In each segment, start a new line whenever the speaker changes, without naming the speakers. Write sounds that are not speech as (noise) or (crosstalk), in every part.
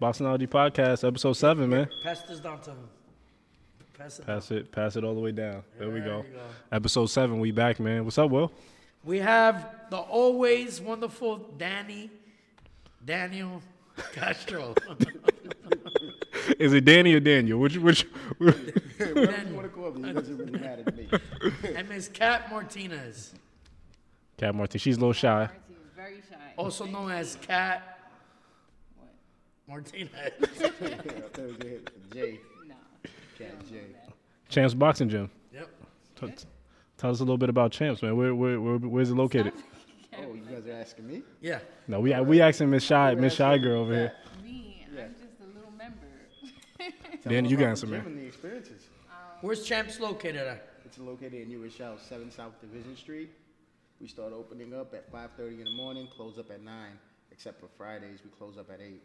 Bostonology Podcast, episode seven, man.
Pass this down to him. Pass it.
Pass it, pass it all the way down. There we
There
go.
you go.
Episode seven, we back, man. What's up, Will?
We have the always wonderful Danny, Daniel (laughs) Castro.
Is it Danny or Daniel? Which which?
Whatever (laughs) you want to call me, he doesn't really
(laughs)
matter to me. (laughs)
and Miss Kat Martinez,
Cat Martin. She's a little shy.
Marcy is very shy.
Oh.
also known as Kat Martinez. (laughs)
I thought it was a hit from Jay,
No.
Cat Jay.
Oh,
Champs Boxing Gym.
yep.
T- t- Tell us a little bit about Champs, man. Where where, where where's it located?
Oh, you guys are asking me?
Yeah.
No, we we asking Miss Shy Miss Shy Girl over here.
Me, I'm just a little member.
Danny, you got answer,
Gym
man.
and the experiences.
Where's Champs located at?
It's located in New Rochelle, 7 South Division Street. We start opening up at 5.30 in the morning, close up at 9, except for Fridays, we close up at 8.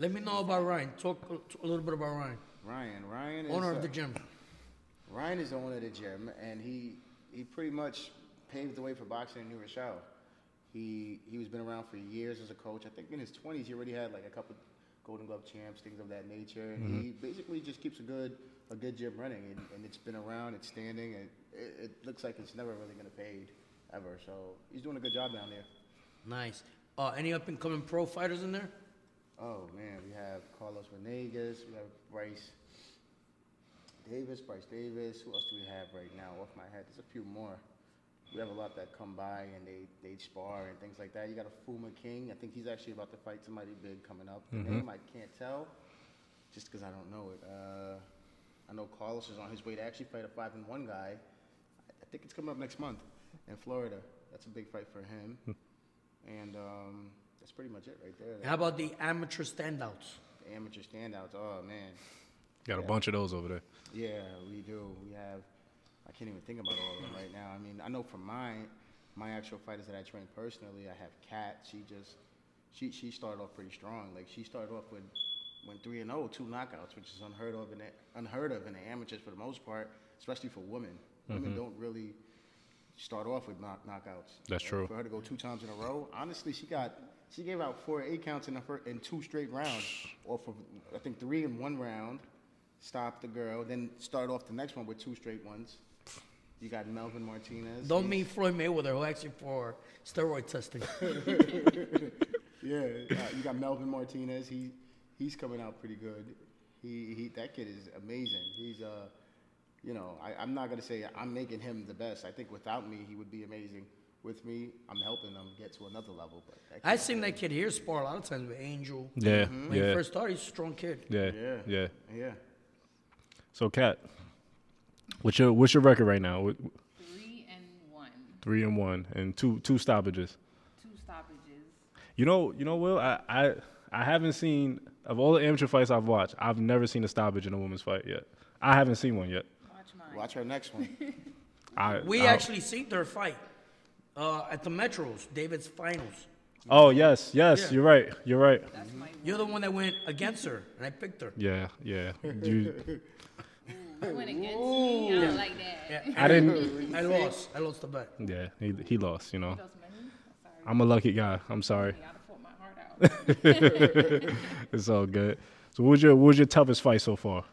Let me know about Ryan. Talk a- a little bit about Ryan,
Ryan, Ryan is...
owner
uh,
of the gym.
Ryan is the owner of the gym, and he he pretty much paved the way for boxing in New Rochelle. He he was been around for years as a coach. I think in his twenties he already had like a couple Golden Glove champs, things of that nature. And he basically just keeps a good a good gym running, and, and it's been around, it's standing, and it, it looks like it's never really gonna fade ever. So he's doing a good job down there.
Nice. Uh, any up and coming pro fighters in there?
Oh man, we have Carlos Venegas, we have Bryce Davis, Bryce Davis. Who else do we have right now? Off my head, there's a few more. We have a lot that come by and they they spar and things like that. You got a Fuma King. I think he's actually about to fight somebody big coming up. The name I can't tell, just because I don't know it. Uh, I know Carlos is on his way to actually fight a five and one guy. I I think it's coming up next month in Florida. That's a big fight for him. and um, that's pretty much it right there.
How about the amateur standouts?
The amateur standouts. Oh man,
Got a bunch of those over there.
yeah, we do. We have. I can't even think about all of them right now. I mean, I know for mine, my actual fighters that I train personally, I have Kat. She just, she she started off pretty strong. Like she started off with, went three and oh, two knockouts, which is unheard of in the, unheard of in the amateurs for the most part, especially for women. Women don't really start off with knock, knockouts.
That's
And
true.
For her to go two times in a row, honestly, she got she gave out four eight counts in the first, in two straight rounds, or for I think three in one round. Stopped the girl, then start off the next one with two straight ones. You got Melvin Martinez.
Don't mean Floyd Mayweather, who asked you for steroid testing.
Yeah, uh, you got Melvin Martinez. He he's coming out pretty good. He he that kid is amazing. He's uh you know, I, I'm not gonna say I'm making him the best. I think without me he would be amazing. With me, I'm helping him get to another level. But that
I
kid's
seen
good.
that kid here spar a lot of times with Angel.
Yeah,
When he
yeah,
first started, he's a strong kid.
yeah, yeah,
Yeah. Yeah.
So, Cat, what's your what's your record right now? What-
Three and one.
Three and one, and two two stoppages.
Two stoppages.
You know, you know, Will, I, I, I haven't seen of all the amateur fights I've watched, I've never seen a stoppage in a woman's fight yet. I haven't seen one yet.
Watch mine.
Watch our
(laughs)
next one.
I
We
I-
actually seen their fight uh, at the Metros, David's finals.
Oh yes, yes,
Yeah.
you're right, you're right.
That's my
You're the one that went against her, and I picked her.
Yeah, yeah. You,
You went against me. I don't like that.
Yeah,
I
(laughs)
didn't.
I lost. I lost the bet.
Yeah, he, he lost. You know,
Those men, sorry.
I'm a lucky guy. I'm sorry.
I done fought my heart out.
(laughs) It's all good. So, what was your what was your toughest fight so far?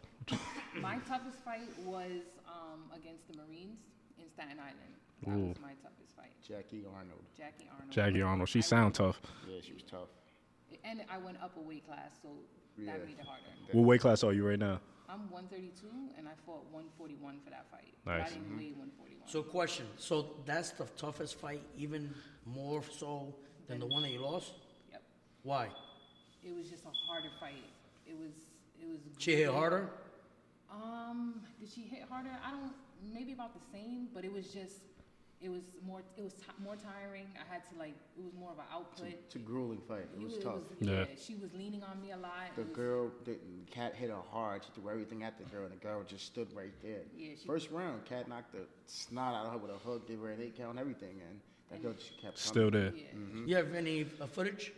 my toughest fight was um, against the Marines in Staten Island. That was
Ooh.
my toughest fight.
Jackie Arnold.
Jackie Arnold.
Jackie Arnold. She sound tough.
Yeah, she was tough.
And I went up a weight class, so
Yeah.
that made it harder.
What weight class are you right now?
I'm 132, and I fought 141 for that fight.
Nice.
But I didn't weigh 141.
So question. So that's the toughest fight, even more so than the one that you lost.
yep.
Why?
It was just a harder fight. It was. It was.
She hit
good.
harder.
Um, did she hit harder? I don't. Maybe about the same, but it was just. It was more. It was ti more tiring. I had to like. It was more of an output.
It's a grueling fight. It
You-
was tough.
yeah,
Yeah.
She was leaning on me a lot.
The
It was-
girl, the cat hit her hard. She threw everything at the girl, and the girl just stood right there.
Yeah, she-
First round, cat knocked the snot out of her with a hook, gave her an eight count, and everything, and that girl just kept
Still
coming.
there.
Yeah.
Mm-hmm.
You have any uh, footage?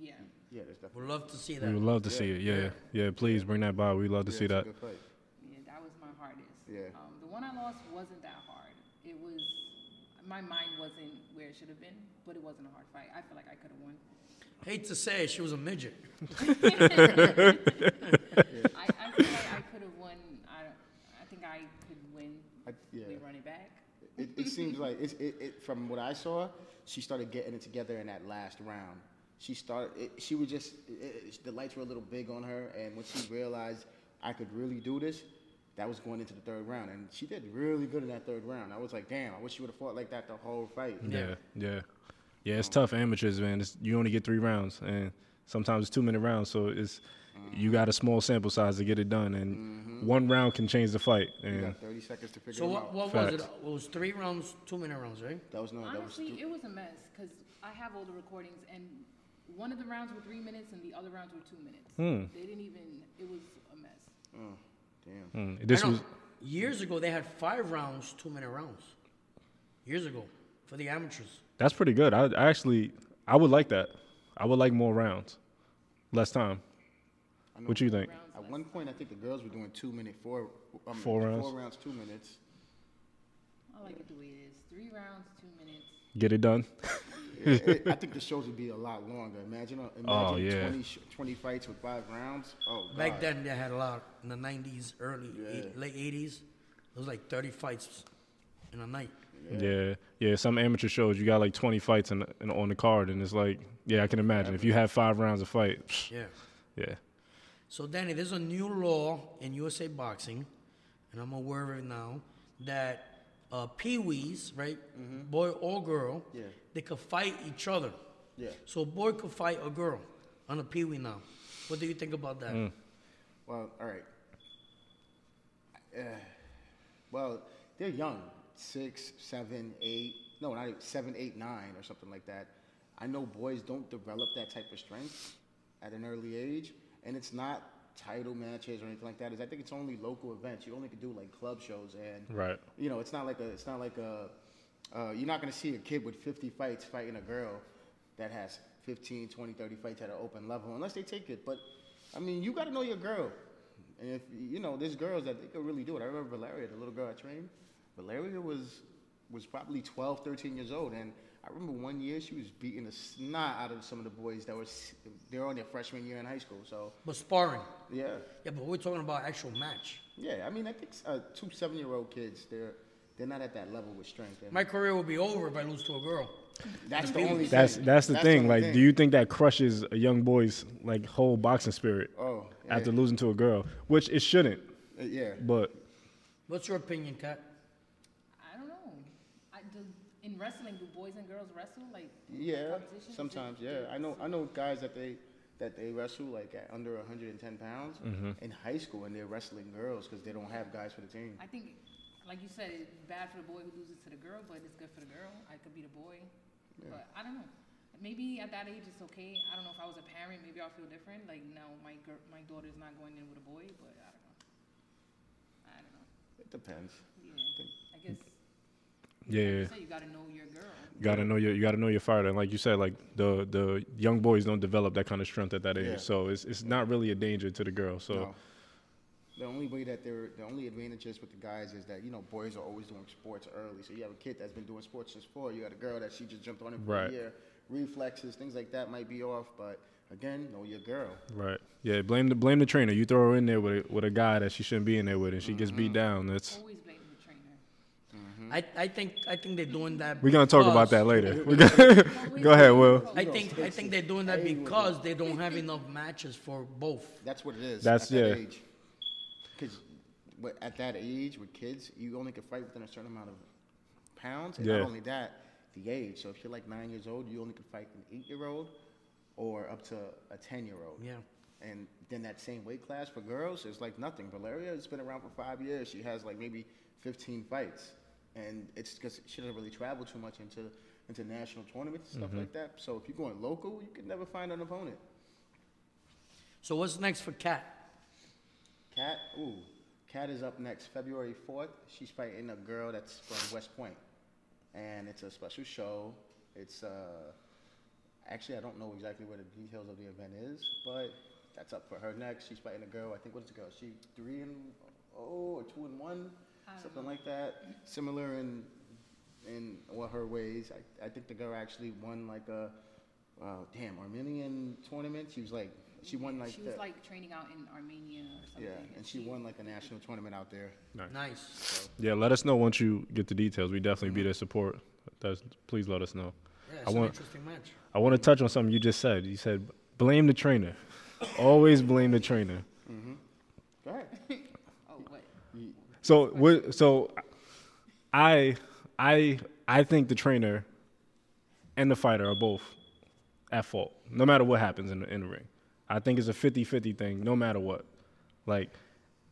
Yeah.
Yeah, there's definitely
We'd love to see
We would
that.
love to see it. Yeah, yeah. Please bring that by. We love to
yeah,
see
it's a
that.
good fight.
Yeah. That was my hardest.
Yeah.
Um, the one I lost wasn't that hard. It was. My mind wasn't where it should have been, but it wasn't a hard fight. I feel like I could have won.
Hate to say it, she was a midget.
I, I feel like I could have won. I, don't- I think I could win.
I, yeah.
We run it back.
It, it seems like it's, it, it. From what I saw, she started getting it together in that last round. She started. It, she was just. It, it, the lights were a little big on her, and when she realized I could really do this, that was going into the third round, and she did really good in that third round. I was like, damn, I wish she would have fought like that the whole fight.
Yeah, yeah, yeah. It's tough, amateurs, man. It's, you only get three rounds, and sometimes it's two minute rounds. So it's you got a small sample size to get it done, and one round can change the fight.
You
And
got 30 seconds to figure
So
it
what,
out.
what was it?
Facts.
It was three rounds, two minute rounds, right?
That was no. That was.
Honestly,
th-
it was a mess because I have all the recordings, and one of the rounds were three minutes, and the other rounds were two minutes. They didn't even. It was a mess.
oh, damn.
mm,
I
this
know
was
years ago. They had five rounds, two minute rounds. Years ago, for the amateurs.
that's pretty good. I, I actually I would like that. I would like more rounds, less time. What you think?
Rounds
At
less.
one point, I think the girls were doing two minute four. Um,
Four rounds.
Four rounds,
(laughs)
two minutes.
I like it the way it is. Three rounds, two minutes.
Get it done.
It- it- I think the shows would be a lot longer. Imagine, uh, imagine
Oh, yeah.
20, sh- 20 fights with five rounds. Oh, God.
Back then, they had a lot in the '90s, early eight,
Yeah.
late '80s. It was like 30 fights in a night.
Yeah. yeah, Some amateur shows you got like 20 fights in, in, on the card, and it's like, yeah, I can imagine if you have five rounds of fight. psh,
Yeah.
Yeah,
So Danny, there's a new law in USA Boxing, and I'm aware of it now, that uh, pee-wees, right, boy or girl,
Mm-hmm. Yeah.
they could fight each other.
Yeah.
So a boy could fight a girl on a pee-wee now. What do you think about that?
Mm. Well, all right. Uh, well, they're young. Six, seven, eight. No, not even, seven, eight, nine, or something like that. I know boys don't develop that type of strength at an early age, and it's not title matches or anything like that. Is I think it's only local events. You only can do like club shows and
Right.
you know, it's not like a, it's not like a, uh, you're not going to see a kid with 50 fights fighting a girl that has 15, 20, 30 fights at an open level, unless they take it. But, I mean, you got to know your girl. And if, you know, there's girls that they could really do it. I remember Valeria, the little girl I trained. Valeria was, was probably 12, 13 years old. And I remember one year she was beating the snot out of some of the boys that were, s- they were on their freshman year in high school. So,
But sparring.
yeah.
Yeah, but we're talking about actual match.
Yeah, I mean, I think uh, two seven-year-old kids, they're, they're not at that level with strength. And
My career will be over if I lose to a girl.
That's the only.
that's
thing.
that's the thing.
only
Like, do you think that crushes a young boy's like whole boxing spirit
Oh, yeah.
after losing to a girl, which it shouldn't,
Uh, yeah.
but
What's your opinion, Kat?
I don't know. I, do, in wrestling, do boys and girls wrestle? Like
Yeah.
competitions? Is
Sometimes,
it-
yeah. I know. I know guys that they that they wrestle like at under 110 pounds
Mm-hmm.
in high school, and they're wrestling girls because they don't have guys for the team.
I think, like you said, it's bad for the boy who loses to the girl, but it's good for the girl. I could be the boy, but I don't know. Maybe at that age it's okay. I don't know if I was a parent, maybe I'll feel different. Like no, my girl, my daughter's not going in with a boy, but I don't know. I don't know.
It depends.
Yeah, I guess.
yeah,
So you gotta know your girl.
gotta know your you gotta know your fighter. And like you said, like the the young boys don't develop that kind of strength at that age,
Yeah.
so it's it's not really a danger to the girl. So
No. The only way that they're the only advantages with the guys is that you know boys are always doing sports early. So you have a kid that's been doing sports since four. You had a girl that she just jumped on it for
Right.
a year. Reflexes, things like that might be off, but again, know your girl.
right, yeah, blame the blame the trainer. You throw her in there with a, with a guy that she shouldn't be in there with, and she gets beat down. That's
Always blame the trainer.
I, I think I think they're doing that.
we're gonna talk
because-
about that later. We're gonna, (laughs) go ahead, Will.
I think I think they're doing that because they don't have enough matches for both.
That's what it is.
That's-
at that
yeah.
age. Because at that age with kids, you only can fight within a certain amount of pounds, and
Yeah.
not only that, the age. So if you're like nine years old, you only can fight an eight-year-old or up to a ten-year-old.
Yeah.
And then that same weight class for girls is like nothing. Valeria has been around for five years. She has like maybe 15 fights, and it's because she doesn't really travel too much into into national tournaments and stuff
Mm-hmm.
like that. So if you're going local, you can never find an opponent.
So what's next for Kat?
Kat, ooh, Kat is up next, February fourth. She's fighting a girl that's from West Point, and it's a special show. It's uh, actually I don't know exactly where the details of the event is, but that's up for her next. She's fighting a girl. I think what is the girl? She three and oh or two and one, something like that. Similar in in well, her ways. I, I think the girl actually won like a wow, damn, Armenian tournament. She was like, she won like
she
the,
was like training out in Armenia or something.
yeah, and she won like a national tournament out there.
Nice.
Yeah, let us know once you get the details. We definitely be there support. That's, please let us know.
Yeah,
I
it's an
want
interesting match.
I want to touch on something you just said. You said blame the trainer. Always blame the trainer.
Go ahead.
Oh, what?
So we so I I I think the trainer and the fighter are both at fault, no matter what happens in the, in the ring. I think it's a 50-50 thing, no matter what. Like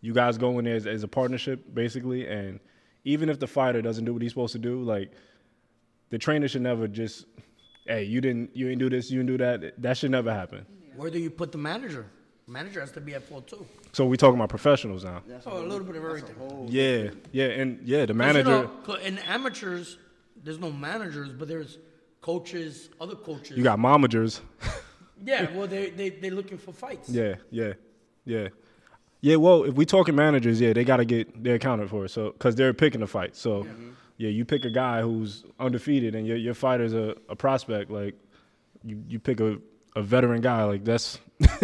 you guys go in there as, as a partnership, basically, and even if the fighter doesn't do what he's supposed to do, like the trainer should never just, hey, you didn't, you didn't do this, you didn't do that. That should never happen.
Where do you put the manager? Manager has to be at fault too.
So we talking about professionals now.
That's
Oh, a little bit of everything.
Yeah, yeah, and yeah, the
'Cause, you
manager.
know, cl- in amateurs, there's no managers, but there's coaches, other coaches.
You got momagers.
yeah. Well, they they they're looking for
(laughs)
fights.
Yeah, yeah, yeah, yeah. Well, if we talking managers, yeah, they gotta get they're accounted for. So because they're picking the fight. So yeah. you pick a guy who's undefeated and your your fighter's a, a prospect. Like you you pick a, a veteran guy. Like that's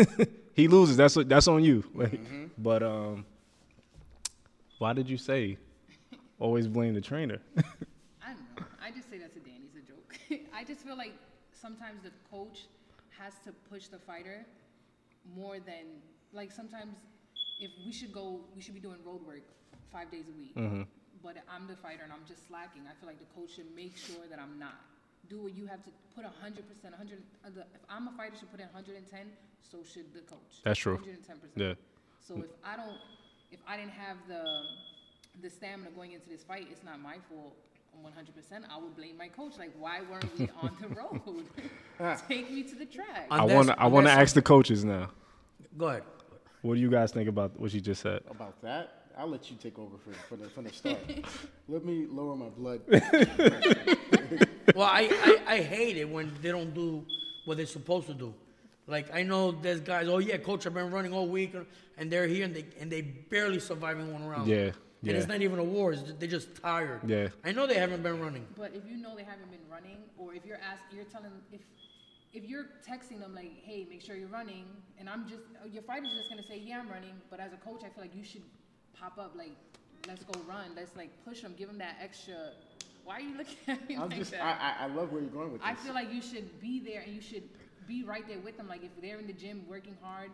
(laughs) he loses. That's that's on you. Like,
Mm-hmm.
but um, why did you say always blame the trainer?
I don't know. I just say that to Danny's a joke. (laughs) I just feel like sometimes the coach has to push the fighter more than like sometimes if we should go, we should be doing road work five days a week.
Mm-hmm.
But I'm the fighter and I'm just slacking. I feel like the coach should make sure that I'm not. Do what you have to put 100%. 100 uh, the, if I'm a fighter, should put in 110. So should the coach.
That's true.
110%.
Yeah.
So if I don't, if I didn't have the the stamina going into this fight, it's not my fault. One hundred percent, I would blame my coach. Like, why
(laughs)
weren't we on the
Ah.
road? Take me to the track.
I
Unless-
want to I want to
unless-
ask the coaches now.
Go ahead.
What do you guys think about what you just said?
About that, I'll let you take over for, for the, from
(laughs)
the start. let me lower my
(laughs)
blood.
Well, I, I I hate it when they don't do what they're supposed to do. Like I know there's guys. Oh yeah, coach, I've been running all week, and they're here and they and they barely surviving one round.
Yeah,
And it's
yeah.
not even a war. It's, they're just tired.
Yeah.
I know they haven't been running.
But if you know they haven't been running, or if you're ask, you're telling if if you're texting them like, "Hey, make sure you're running," and I'm just your fighter's just gonna say, "Yeah, I'm running," but as a coach, I feel like you should pop up like, "Let's go run," let's like push them, give them that extra. Why are you looking at me
I'm
like
just,
that?
I, I, I love where you're going with this.
I feel like you should be there and you should be right there with them. Like if they're in the gym working hard,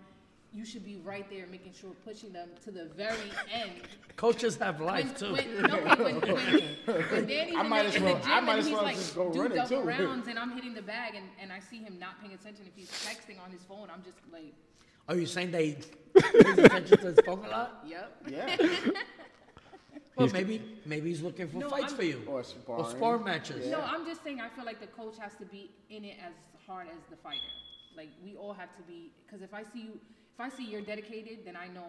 you should be right there making sure pushing them to the very
(laughs)
end.
Coaches have life
When,
too.
when, no, when, when,
(laughs)
when Danny's
I
in,
might
the,
as
in
well-
the gym
I might
and
as
he's
well
like,
just go
do
running,
double
too."
rounds and I'm hitting the bag and, and I see him not paying attention. If he's texting on his phone, I'm just like,
Are you
(laughs)
saying they pays attention to his phone a lot?
yep.
yeah.
Well, maybe maybe he's looking for
No,
fights
I'm-
for you
(laughs)
Or
or
sparring.
spar matches.
No, I'm just saying I feel like the coach has to be in it as hard as the fighter. Like we all have to be because if I see you, if I see you're dedicated, then I know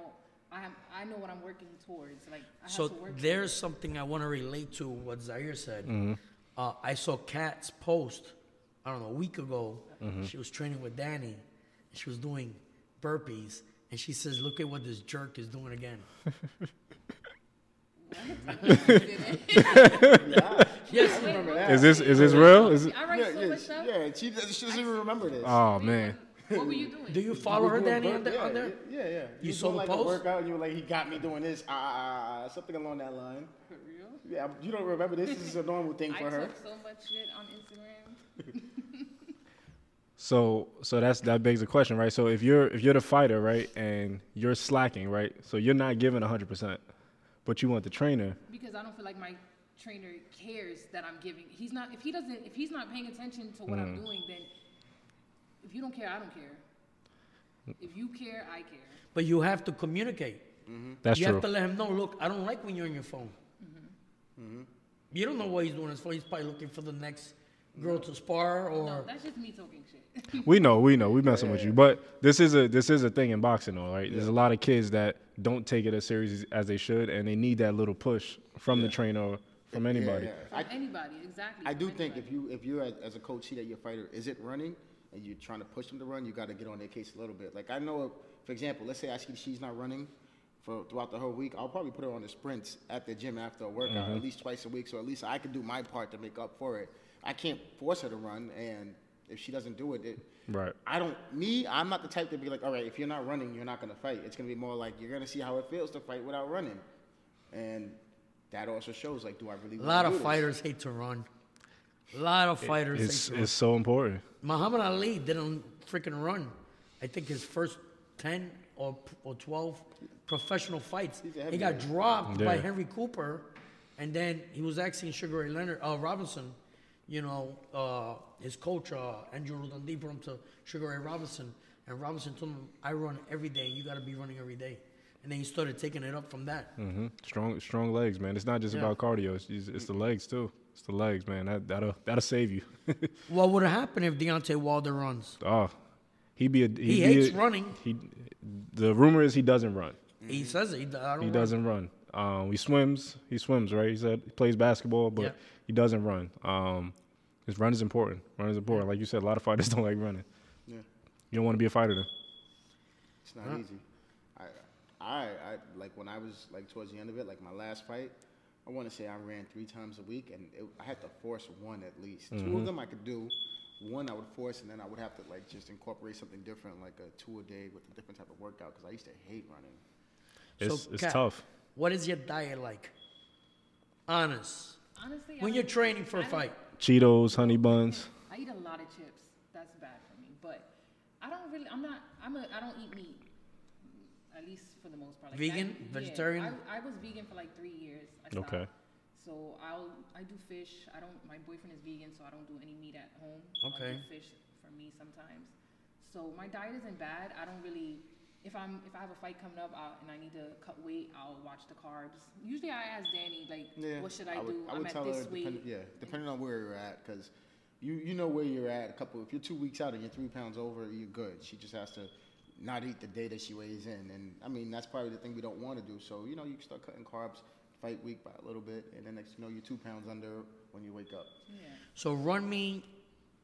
I am. I know what I'm working towards. Like I
So
have to work.
there's something I want to relate to what Zaire said.
Mm-hmm.
Uh, I saw Kat's post, I don't know, a week ago.
Mm-hmm.
She was training with Danny, and she was doing burpees, and she says, "Look at what this jerk is doing
(laughs)
again."
I
yes,
remember that.
Is this is this real? Is it,
I
yeah,
write so
yeah,
much
she,
stuff.
yeah, she, does- she doesn't even remember this.
Uh,
oh man.
What were you doing?
do you follow her,
Doing
Danny,
bur-
on, the,
yeah,
on there?
Yeah, yeah. yeah.
You
was
saw
doing,
the
like
post?
A workout, and you were like, he got me doing this, ah, ah, ah, ah, something along that line.
For real?
Yeah, you don't remember this. This is a normal thing
I
for her.
took so much shit on Instagram.
So so that's that begs the question, right? So if you're if you're the fighter, right, and you're slacking, right? So you're not giving 100%, but you want the trainer.
because I don't feel like my trainer cares that I'm giving. He's not if he doesn't if he's not paying attention to what
Mm-hmm.
I'm doing, then if you don't care, I don't care. If you care, I care.
But you have to communicate.
That's
you
true.
have to let him know. Look, I don't like when you're on your phone.
Mm-hmm.
Mm-hmm.
You don't know what he's doing on his phone. He's probably looking for the next girl to spar or.
No, that's just me talking shit.
we know, we know, we messing with you. But this is a this is a thing in boxing though, right? There's a lot of kids that don't take it as serious as they should and they need that little push from the trainer or from
Yeah,
anybody.
yeah. I,
From anybody, exactly.
I do
from
think if
anybody.
you if you as, as a coach see that your fighter isn't running and you're trying to push them to run, you got to get on their case a little bit. Like I know, if, for example, let's say I see she's not running for throughout the whole week, I'll probably put her on the sprints at the gym after a workout
Mm-hmm.
at least twice a week, so at least I can do my part to make up for it. I can't force her to run, and If she doesn't do it, it
Right.
I don't me. I'm not the type to be like, all right, if you're not running, you're not gonna fight. It's gonna be more like you're gonna see how it feels to fight without running, and that also shows like, do I really?
A
wanna
lot
do
of
this?
fighters hate to run. A lot of fighters
It's
hate to run.
it's so important.
Muhammad Ali didn't freaking run. I think his first 10 or, or 12 professional fights,
He's a
he got
heavyweight.
dropped by
Yeah.
Henry Cooper, and then he was asking Sugar Ray Leonard, uh, Robinson, you know, uh, his coach, uh, Andrew Dundee, put him to Sugar Ray Robinson, and Robinson told him, I run every day, you got to be running every day. And then he started taking it up from that.
hmm Strong strong legs, man. It's not just
Yeah.
about cardio. It's, it's it's the legs too. It's the legs, man. That that'll that'll save you. (laughs)
What would have happened if Deontay Wilder runs?
oh, he be a he, be
hates
a-
running.
He the rumor is he doesn't run.
Mm-hmm.
He says it. He, d- I don't
He
run.
doesn't run. Um, he swims. He swims, right? He said he plays basketball, but
Yeah.
he doesn't run. Um, his run is important. Run is important. Like you said, a lot of fighters (laughs) don't like running.
Yeah.
You don't want to be a fighter then.
It's not easy. I, I, I like when I was like towards the end of it, like my last fight. I want to say I ran three times a week, and it, I had to force one at least. Two of them I could do. One I would force, and then I would have to like just incorporate something different, like a two a day with a different type of workout, because I used to hate running.
It's it's
Kat,
tough.
What is your diet like? Honest.
Honestly, I
When you're
don't-
training for
I
a
don't-
fight,
Cheetos, honey buns.
I eat a lot of chips. That's bad for me. But I don't really. I'm not. I'm a. I don't eat meat. At least for the most part. Like
Vegan?
yeah,
Vegetarian?
I, I was vegan for like three years. I stopped.
Okay.
So I'll. I do fish. I don't. My boyfriend is vegan, so I don't do any meat at home.
Okay.
I'll do fish for me sometimes. So my diet isn't bad. I don't really. If I'm if I have a fight coming up i and I need to cut weight, I'll watch the carbs. Usually I ask Danny like, what should I,
would,
do?
I would
am
tell
at this
her,
weight.
depend- yeah, depending on where you're at, because you you know where you're at. A couple, if you're two weeks out and you're three pounds over, you're good. She just has to not eat the day that she weighs in, and I mean that's probably the thing we don't want to do. So you know, you can start cutting carbs fight week by a little bit, and then next you know you're two pounds under when you wake up.
Yeah.
so run me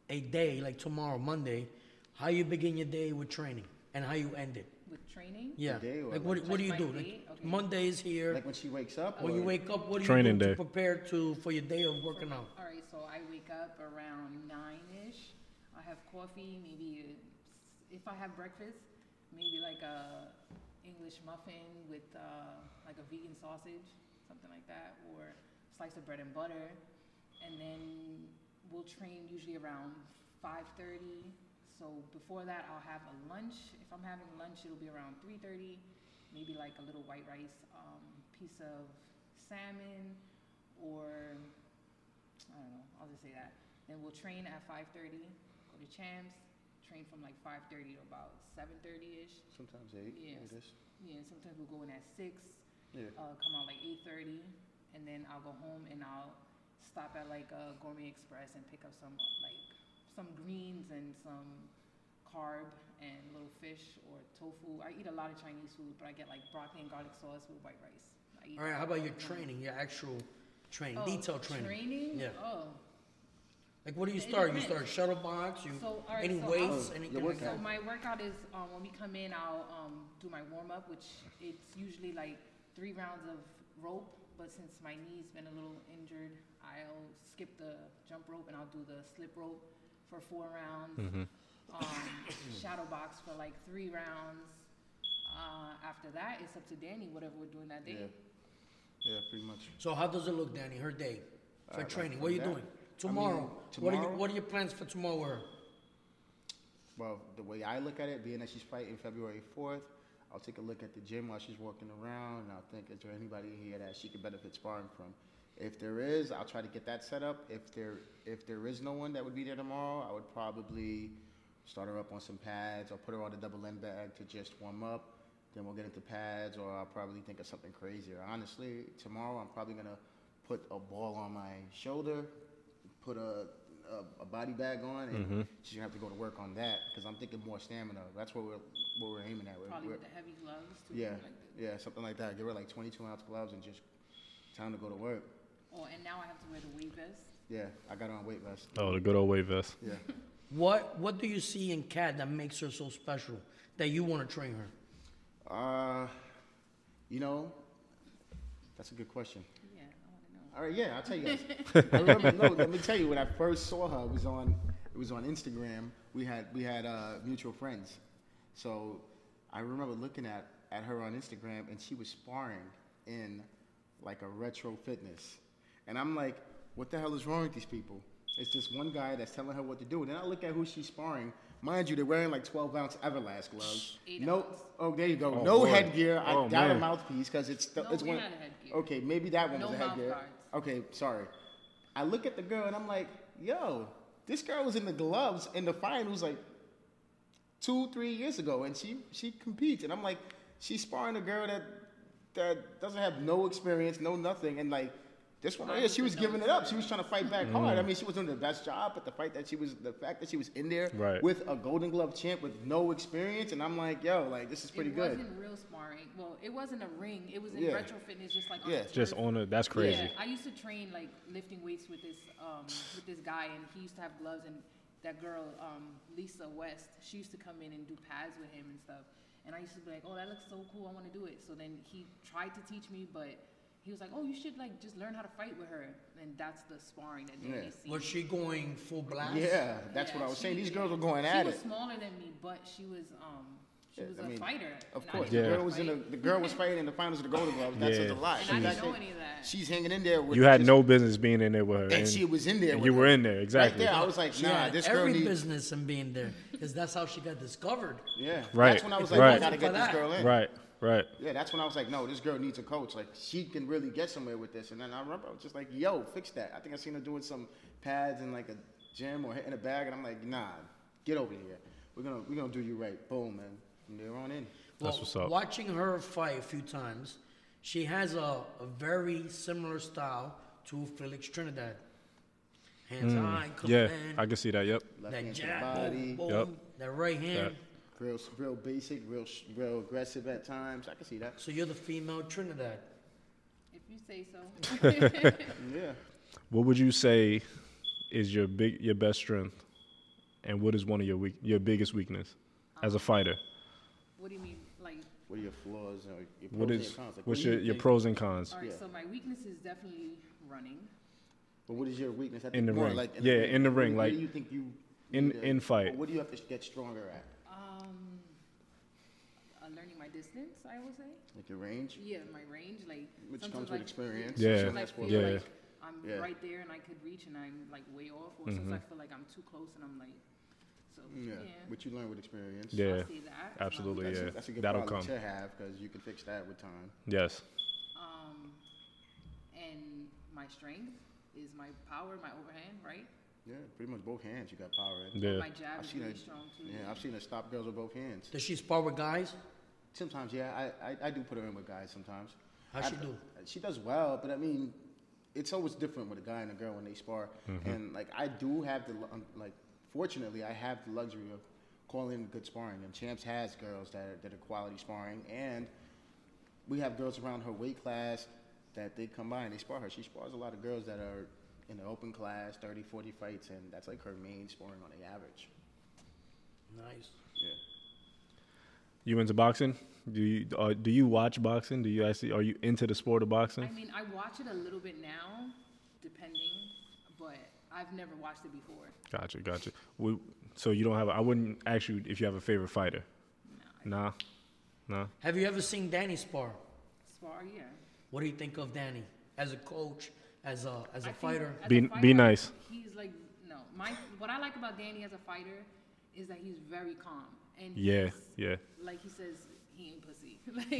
a day like tomorrow, Monday, how you begin your day with training and how you end it.
With training.
Yeah.
day or
Like what,
like-
what do you
Like
do?
my
Like
day? Okay.
Monday's here.
Like when she wakes up,
when
or-
you wake up, what do
Training
you do
day.
to prepare to for your day of working out?
All right, so I wake up around nine ish. I have coffee, maybe uh, if I have breakfast, maybe like a English muffin with uh, like a vegan sausage, something like that, or slice of bread and butter, and then we'll train usually around five thirty. So before that, I'll have a lunch. If I'm having lunch, it'll be around three thirty, maybe like a little white rice, um, piece of salmon, or I don't know. I'll just say that. Then we'll train at 5:30. Go to Champs. Train from like 5:30 to about 7:30 ish.
sometimes eight.
Yeah.
I guess.
Yeah, and sometimes we'll go in at six.
Yeah.
Uh, come out like 8:30, and then I'll go home and I'll stop at like a Gourmet Express and pick up some like some greens and some carb and little fish or tofu. I eat a lot of Chinese food, but I get like broccoli and garlic sauce with white rice. I eat
All right, how about your
that all the time.
training, your actual training,
Oh,
detailed training?
Training?
Yeah.
Oh.
Like what do you
It
start? You start
depends.
shuttle box, you
So, all right,
any
so I'll-
weights,
Oh,
anything
your
like
So
that?
workout.
my workout is um, when we come in, I'll um, do my warm up, which it's usually like three rounds of rope. But since my knee's been a little injured, I'll skip the jump rope and I'll do the slip rope for four rounds. Um, shadow box for like three rounds. Uh, after that, it's up to Danny whatever we're doing that day.
Yeah. Yeah, pretty much.
So how does it look, Danny? Her day
All
for
right, like
training.
from
What are you
that- I
doing
mean,
tomorrow? What are you,
tomorrow?
What are your plans for tomorrow? Where?
Well, the way I look at it, being that she's fighting February 4th, I'll take a look at the gym while she's walking around, and I'll think, is there anybody in here that she could benefit sparring from? If there is, I'll try to get that set up. If there if there is no one that would be there tomorrow, I would probably start her up on some pads or put her on the double end bag to just warm up. Then we'll get into pads, or I'll probably think of something crazier. Honestly, tomorrow I'm probably gonna put a ball on my shoulder, put a a, a body bag on, and she's gonna have to go to work on that because I'm thinking more stamina. That's what we're what we're aiming at. We're-
Probably
we're-
with the heavy gloves too.
yeah,
Like the,
yeah, something like that. Give her like 22 ounce gloves and just time to go to work.
oh, and now I have to wear the weight vest.
Yeah, I got on weight vest.
Oh, the good old weight vest.
(laughs)
Yeah,
What What do you see in Kat that makes her so special that you want to train her?
uh, you know, that's a good question.
Yeah, I want to know. (laughs)
All right, yeah, I'll tell you guys. I remember, no, let me tell you, when I first saw her, it was on, it It was on Instagram. We had we had uh, mutual friends, so I remember looking at at her on Instagram, and she was sparring in like a retro fitness, and I'm like, what the hell is wrong with these people? It's just one guy that's telling her what to do. Then I look at who she's sparring. Mind you, they're wearing like 12 ounce Everlast gloves.
Eight
No,
ounce.
oh, there you go.
Oh,
no
boy.
headgear. I
Oh,
got a
man.
mouthpiece because it's the,
No,
it's
we
one.
had a headgear.
Okay, maybe that one
No
was a
mouth
headgear.
guards.
Okay, sorry. I look at the girl and I'm like, yo, this girl was in the gloves in the finals like two, three years ago, and she she competes, and I'm like, she's sparring a girl that that doesn't have no experience, no nothing, and like this one right here, she was giving it up. She was trying to fight back hard. I mean, she was doing the best job, but the fight that she was, the fact that she was in there
Right.
with a Golden Glove champ with no experience, and I'm like, yo, like this is pretty
it
good.
wasn't real sparring. Well, it wasn't a ring. It was in
Yeah.
retro fitness, just like on
Yeah.
the
Just
turf.
on a that's crazy.
Yeah, I used to train like lifting weights with this um, with this guy, and he used to have gloves. And that girl, um, Lisa West, she used to come in and do pads with him and stuff. And I used to be like, "Oh, that looks so cool. I want to do it." So then he tried to teach me, but he was like, "Oh, you should like just learn how to fight with her." And that's the sparring that they
Yeah.
see.
Was she going full blast?
Yeah, that's
Yeah,
what I was saying.
she-
These girls were going
she
at
was
it.
smaller than me, but she was um, she
Yeah,
was
I
a
mean,
fighter.
Of
and I
course,
didn't
Yeah.
the
know
girl
how
was in
to
the,
fight.
the girl was fighting in the finals of the Golden Gloves. That
Yeah.
says a lot.
And I
The
didn't
fact
know any of that.
She's hanging in there with.
You had
she's-
no business being in there with her.
and she was in there
and
with
you
her.
were in there exactly.
Right there, I was like,
She
nah,
had
this girl
every
needs.
business in being there, because that's how she got discovered.
Yeah,
Right,
That's when I was like,
right.
I gotta get this girl in.
Right, right.
Yeah, that's when I was like, no, this girl needs a coach. Like she can really get somewhere with this. And then I remember I was just like, yo, fix that. I think I seen her doing some pads in like a gym or in a bag, and I'm like, nah, get over here. We're gonna we're gonna do you right. Boom, man. From there on in.
Well,
what's up.
Watching her fight a few times, she has a, a very similar style to Felix Trinidad. Hands high, come
Mm, Yeah,
in,
I can see that. Yep.
Left
that
hand to the
jab,
body.
boom, boom,
Yep.
that right hand.
Real, real basic, real, sh- real aggressive at times. I can see that.
So you're the female Trinidad.
If you say so.
(laughs) Yeah.
What would you say is your big your best strength, and what is one of your weak your biggest weakness as a fighter?
what do you mean? Like,
What are your flaws? Or your pros
What
and
is
your cons? Like,
what's
what do
your,
you
your
think-
pros and cons?
all right.
Yeah.
So my weakness is definitely running.
But what is your weakness? I
In the
more
ring.
Like
Yeah, in the ring,
What do
like,
you think you
in-
need to-
in fight.
What do you have to sh- get stronger at?
Um, uh, learning my distance, I will say.
Like your range,
Yeah, my range, like
which
sometimes,
comes
like,
with experience.
Yeah.
sometimes
That's
I
what-
feel
Yeah.
like I'm
Yeah.
right there and I could reach and I'm like way off, or
Mm-hmm.
sometimes I feel like I'm too close and I'm like, so
Yeah.
yeah,
What you learn with experience.
Yeah,
I'll say that. Um,
absolutely.
That's,
Yeah,
a, that's a good
that'll
problem
come.
to have because you can fix that with time.
Yes.
Um, and my strength is my power, my overhand, right?
Yeah, pretty much both hands you got power in.
Yeah.
My jab
I've
is
seen
really
it.
strong too.
Yeah, I've seen her stop girls with both hands.
Does she spar with guys?
Sometimes, yeah, I, I, I do put her in with guys sometimes.
How
I-
she do?
She does well, but I mean, it's always different with a guy and a girl when they spar. And like, I do have the lu- um, like, fortunately, I have the luxury of calling good sparring. And Champs has girls that are, that are quality sparring, and we have girls around her weight class that they come by and they spar her. She spars a lot of girls that are in the open class, 30, 40 fights, and that's like her main sparring on the average.
Nice.
Yeah.
You into boxing? Do you uh, do you watch boxing? Do you actually are you into the sport of boxing?
I mean, I watch it a little bit now, depending, but I've never watched it before.
Gotcha, gotcha. We, so you don't have. A, I wouldn't ask you if you have a favorite fighter. Nah, nah.
Have you ever seen Danny spar?
Spar, yeah.
What do you think of Danny as a coach, as a as a
I think
fighter?
as a
Be- be
fighter,
nice.
He's like no. My what I like about Danny as a fighter is that he's very calm and
Yeah,
he's-
yeah.
like he says, he ain't pussy. (laughs)
(laughs)
like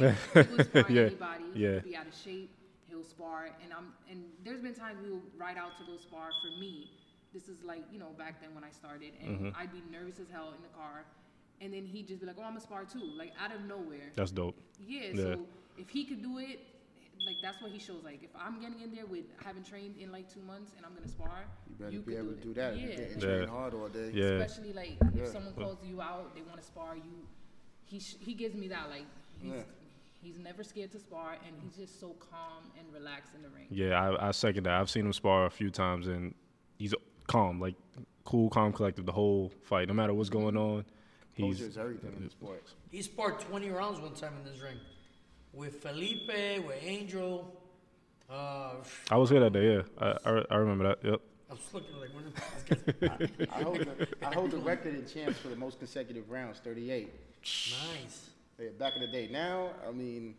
Yeah,
he'll spar anybody.
yeah.
He'll be out of shape. He'll spar, and I'm and there's been times we'll ride out to go spar. For me, this is like you know back then when I started, and
Mm-hmm.
I'd be nervous as hell in the car, and then he'd just be like, "Oh, I'm a spar too," like out of nowhere.
That's dope.
Yeah,
Yeah.
so if he could do it, like that's what he shows. Like if I'm getting in there with haven't trained in like two months and I'm gonna spar,
You better
you
be
could
able
do
to
it.
do that.
Yeah.
You're getting
Yeah.
trained hard all day.
Yeah,
Especially like if someone calls you out, they want to spar you. He sh- he gives me that like he's
Yeah.
he's never scared to spar and he's just so calm and relaxed in the ring.
yeah. I, I second that. I've seen him spar a few times, and he's calm, like cool, calm, collected the whole fight, no matter what's going on.
Culture
He's
is everything in sports.
He sparred 20 rounds one time in this ring with Felipe, with Angel. Uh,
I was here that day. Yeah, I, I, I remember that. Yep.
I was looking like one of these
(laughs)
guys.
(laughs) I hold the, I hold the record in champs for the most consecutive rounds, 38.
Nice.
Yeah, back in the day. Now, I (laughs) mean,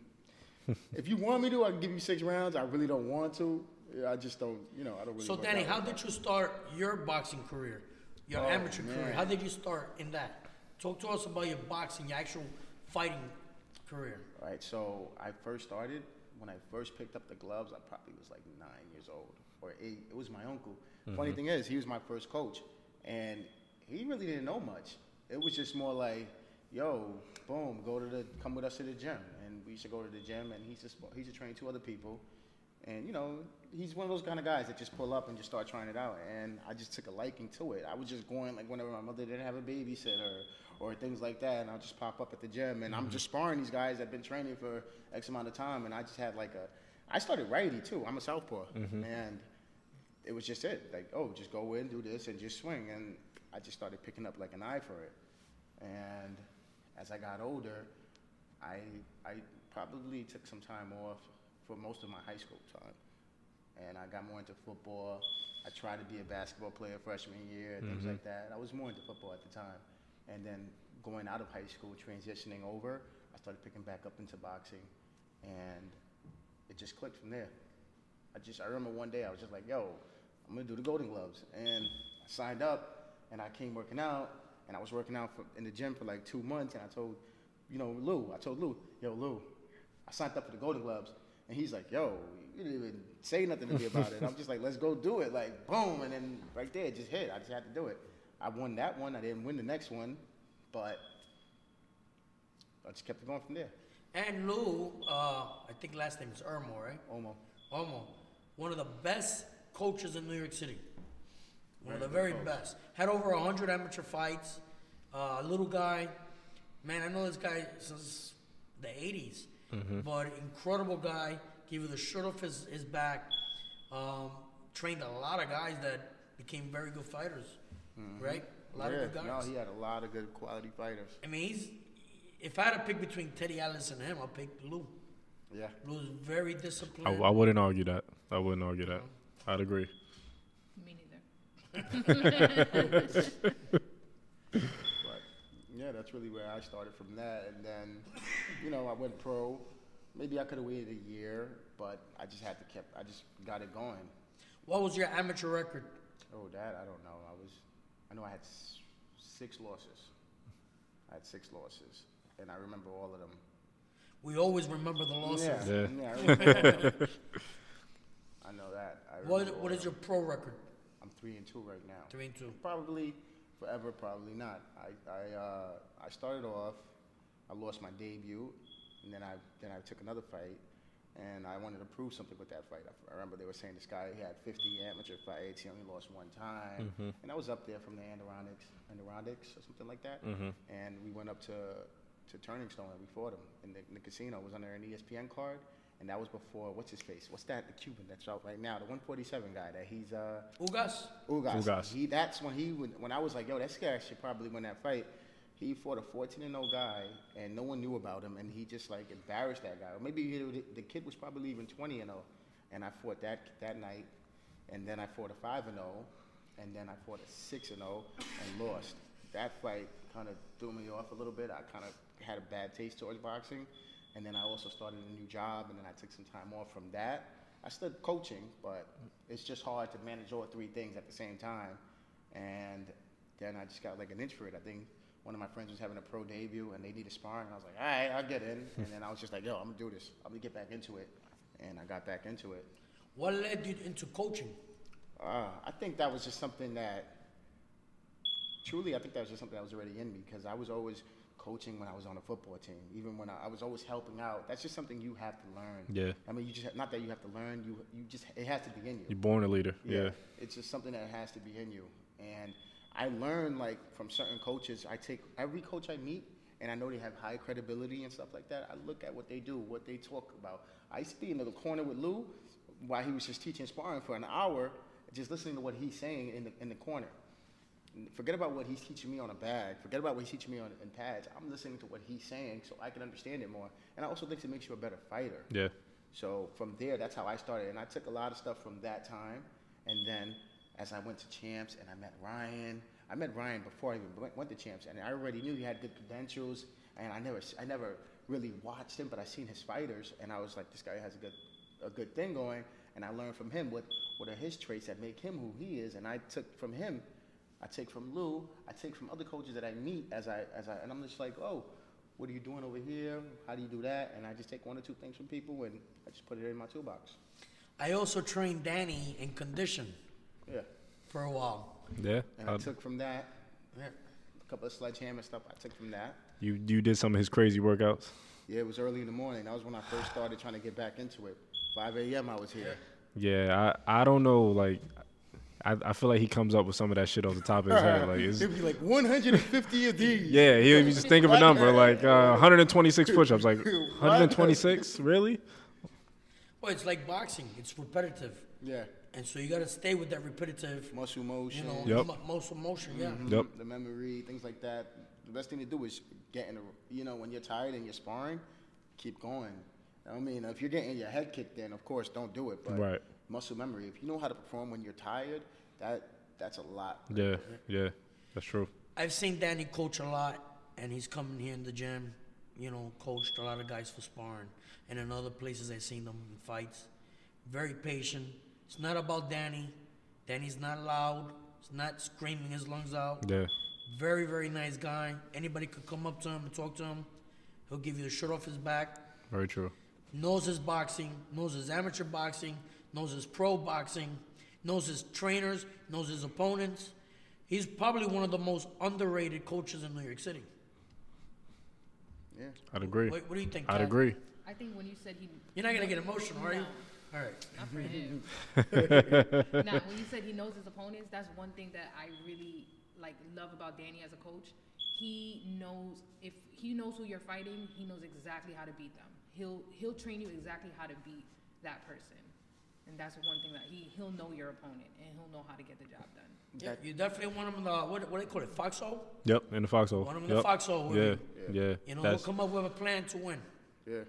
if you want me to, I can give you six rounds. I really don't want to. Yeah, I just don't. You know, I don't really.
So
work
Danny,
out.
how did you start your boxing career, your
Oh,
amateur career?
man.
How did you start in that? Talk to us about your boxing, your actual fighting career.
All right. So I first started when I first picked up the gloves. I probably was like nine years old or eight. It was my uncle. Funny thing is, he was my first coach, and he really didn't know much. It was just more like, "Yo, boom, go to the, come with us to the gym." And we used to go to the gym, and he used to, sp- he used to train two other people. And you know, he's one of those kind of guys that just pull up and just start trying it out. And I just took a liking to it. I was just going like whenever my mother didn't have a babysitter or things like that, and I'll just pop up at the gym and I'm just sparring these guys that've been training for X amount of time. And I just had like a, I started righty too. I'm a southpaw, and it was just it. Like, oh, just go in, do this, and just swing. And I just started picking up like an eye for it. And as I got older, I I probably took some time off for most of my high school time. And I got more into football. I tried to be a basketball player freshman year, and things like that. I was more into football at the time. And then going out of high school, transitioning over, I started picking back up into boxing. And it just clicked from there. I just I remember one day I was just like, yo, I'm gonna do the Golden Gloves, and I signed up, and I came working out, and I was working out for, in the gym for like two months, and I told, you know, Lou, I told Lou, yo, Lou, I signed up for the Golden Gloves, and he's like, yo, you didn't even say nothing to me about it. I'm just like, let's go do it, like boom, and then right there it just hit. I just had to do it. I won that one. I didn't win the next one, but I just kept it going from there.
And Lou, uh, I think last name is Ermo, right?
Omo.
Omo, one of the best coaches in New York City. One of the
Very
very
good
best. Had over 100 amateur fights. Uh, little guy. Man, I know this guy since the 80s,
Mm-hmm.
but incredible guy. Gave you the shirt off his, his back. Um, trained a lot of guys that became very good fighters, right? A lot
Mm-hmm. yeah,
of good
no,
guys.
he had a lot of good quality fighters.
I mean, he's. If I had to pick between Teddy Ellis and him, I'll pick Lou.
Yeah.
Lou's very
I,
disciplined.
I wouldn't argue that. I wouldn't argue that. I'd agree.
Me neither.
But yeah, that's really where I started from that. And then, you know, I went pro. Maybe I could have waited a year, but I just had to kept. I just got it going.
What was your amateur record?
Oh, that I don't know. I was, I know I had s- six losses. I had six losses, and I remember all of them.
We always remember the losses.
Yeah,
Yeah.
I, remember all of them. I know that. I remember
What
all
What
of
is
them.
your pro record?
I'm three and two right now.
Three and two.
Probably forever, probably not. I, I, uh, I started off, I lost my debut, and then I, then I took another fight, and I wanted to prove something with that fight. I, I remember they were saying this guy he had 50 amateur fights, he only lost one time, and I was up there from the Adirondacks, Adirondacks or something like that, and we went up to, to Turning Stone and we fought him in the, in the casino. It was E under an ESPN card. And that was before, what's his face? What's that? The Cuban that's out right now, the 147 guy that he's uh,
Ugas.
Ugas.
Ugas.
He that's when he would- when I was like, yo, that guy should probably win that fight. He fought a 14 and 0 guy, and no one knew about him, and he just like embarrassed that guy. Or maybe he, the kid was probably even 20 and 0, and I fought that that night, and then I fought a 5 and 0, and then I fought a 6 and 0 and lost. That fight kind of threw me off a little bit. I kind of had a bad taste towards boxing, and then I also started a new job, and then I took some time off from that. I still coaching, but it's just hard to manage all three things at the same time. And then I just got like an inch for it. I think one of my friends was having a pro debut and they needed sparring. And I was like, all right, I'll get in. And then I was just like, yo, I'm going to do this. I'm going to get back into it. And I got back into it.
What led you into coaching?
Uh, I think that was just something that, truly, I think that was just something that was already in me because I was always coaching when I was on a football team. Even when I, I was always helping out. That's just something you have to learn.
Yeah.
I mean, you just, not that you have to learn, you, you just, it has to be in you.
You're born a leader. Yeah.
It's just something that has to be in you. And I learn like from certain coaches, I take every coach I meet and I know they have high credibility and stuff like that. I look at what they do, what they talk about. I used to be in the corner with Lou while he was just teaching sparring for an hour, just listening to what he's saying in the in the corner. Forget about what he's teaching me on a bag. Forget about what he's teaching me on in pads. I'm listening to what he's saying so I can understand it more. And I also think it makes you a better fighter.
Yeah.
So from there, that's how I started, and I took a lot of stuff from that time, and then as I went to champs and I met Ryan. I met Ryan before I even went, went to champs, and I already knew he had good credentials. And I never, s- I never really watched him, but I seen his fighters, and I was like, this guy has a good, a good thing going. And I learned from him what, what are his traits that make him who he is. And I took from him, I take from Lou, I take from other coaches that I meet as I, as I, and I'm just like, oh, what are you doing over here? How do you do that? And I just take one or two things from people, and I just put it in my toolbox.
I also trained Danny in condition
Yeah.
for a while.
Yeah.
And I
Uh,
took from that
Yeah.
a couple of sledgehammer stuff. I took from that.
you you did some of his crazy workouts.
Yeah, it was early in the morning. That was when I first started trying to get back into it. 5 a.m. I was here.
Yeah. I I don't know. Like, I I feel like he comes up with some of that shit off the top of his head. Like,
(laughs)
it's,
It'd be like 150 a day.
yeah, he'll just think of a number like uh,
(laughs)
126 push-ups. Like 126, really?
Well, it's like boxing. It's repetitive,
Yeah.
and so you got to stay with that repetitive,
Muscle motion.
you know,
Yep.
mo- muscle motion. Yeah.
Yep.
The memory, things like that. The best thing to do is get in a, you know, when you're tired and you're sparring, keep going. I mean, if you're getting your head kicked in, of course, don't do it. But
Right.
muscle memory, if you know how to perform when you're tired, that that's a lot.
Yeah. Yeah. That's true.
I've seen Danny coach a lot, and he's coming here in the gym. You know, coached a lot of guys for sparring, and in other places I've seen them in fights. Very patient. It's not about Danny. Danny's not loud. He's not screaming his lungs out.
Yeah.
Very, very nice guy. Anybody could come up to him and talk to him. He'll give you the shirt off his back.
Very true.
Knows his boxing, knows his amateur boxing, knows his pro boxing, knows his trainers, knows his opponents. He's probably one of the most underrated coaches in New York City.
Yeah.
I'd agree.
What, what do you think?
I'd
Kat?
agree.
I think when you said he,
You're not gonna get emotional, are you? All right.
not for him. (laughs) now, when you said he knows his opponents, that's one thing that I really like love about Danny as a coach. He knows if he knows who you're fighting, he knows exactly how to beat them. He'll he'll train you exactly how to beat that person, and that's one thing that he he'll know your opponent and he'll know how to get the job done.
Yeah, you definitely want him in the what? What do they call it? Foxhole.
Yep. In the foxhole.
Want him in the
yep.
foxhole with
Yeah.
you.
Yeah.
You know,
That's
he'll come up with a plan to win.
Yeah.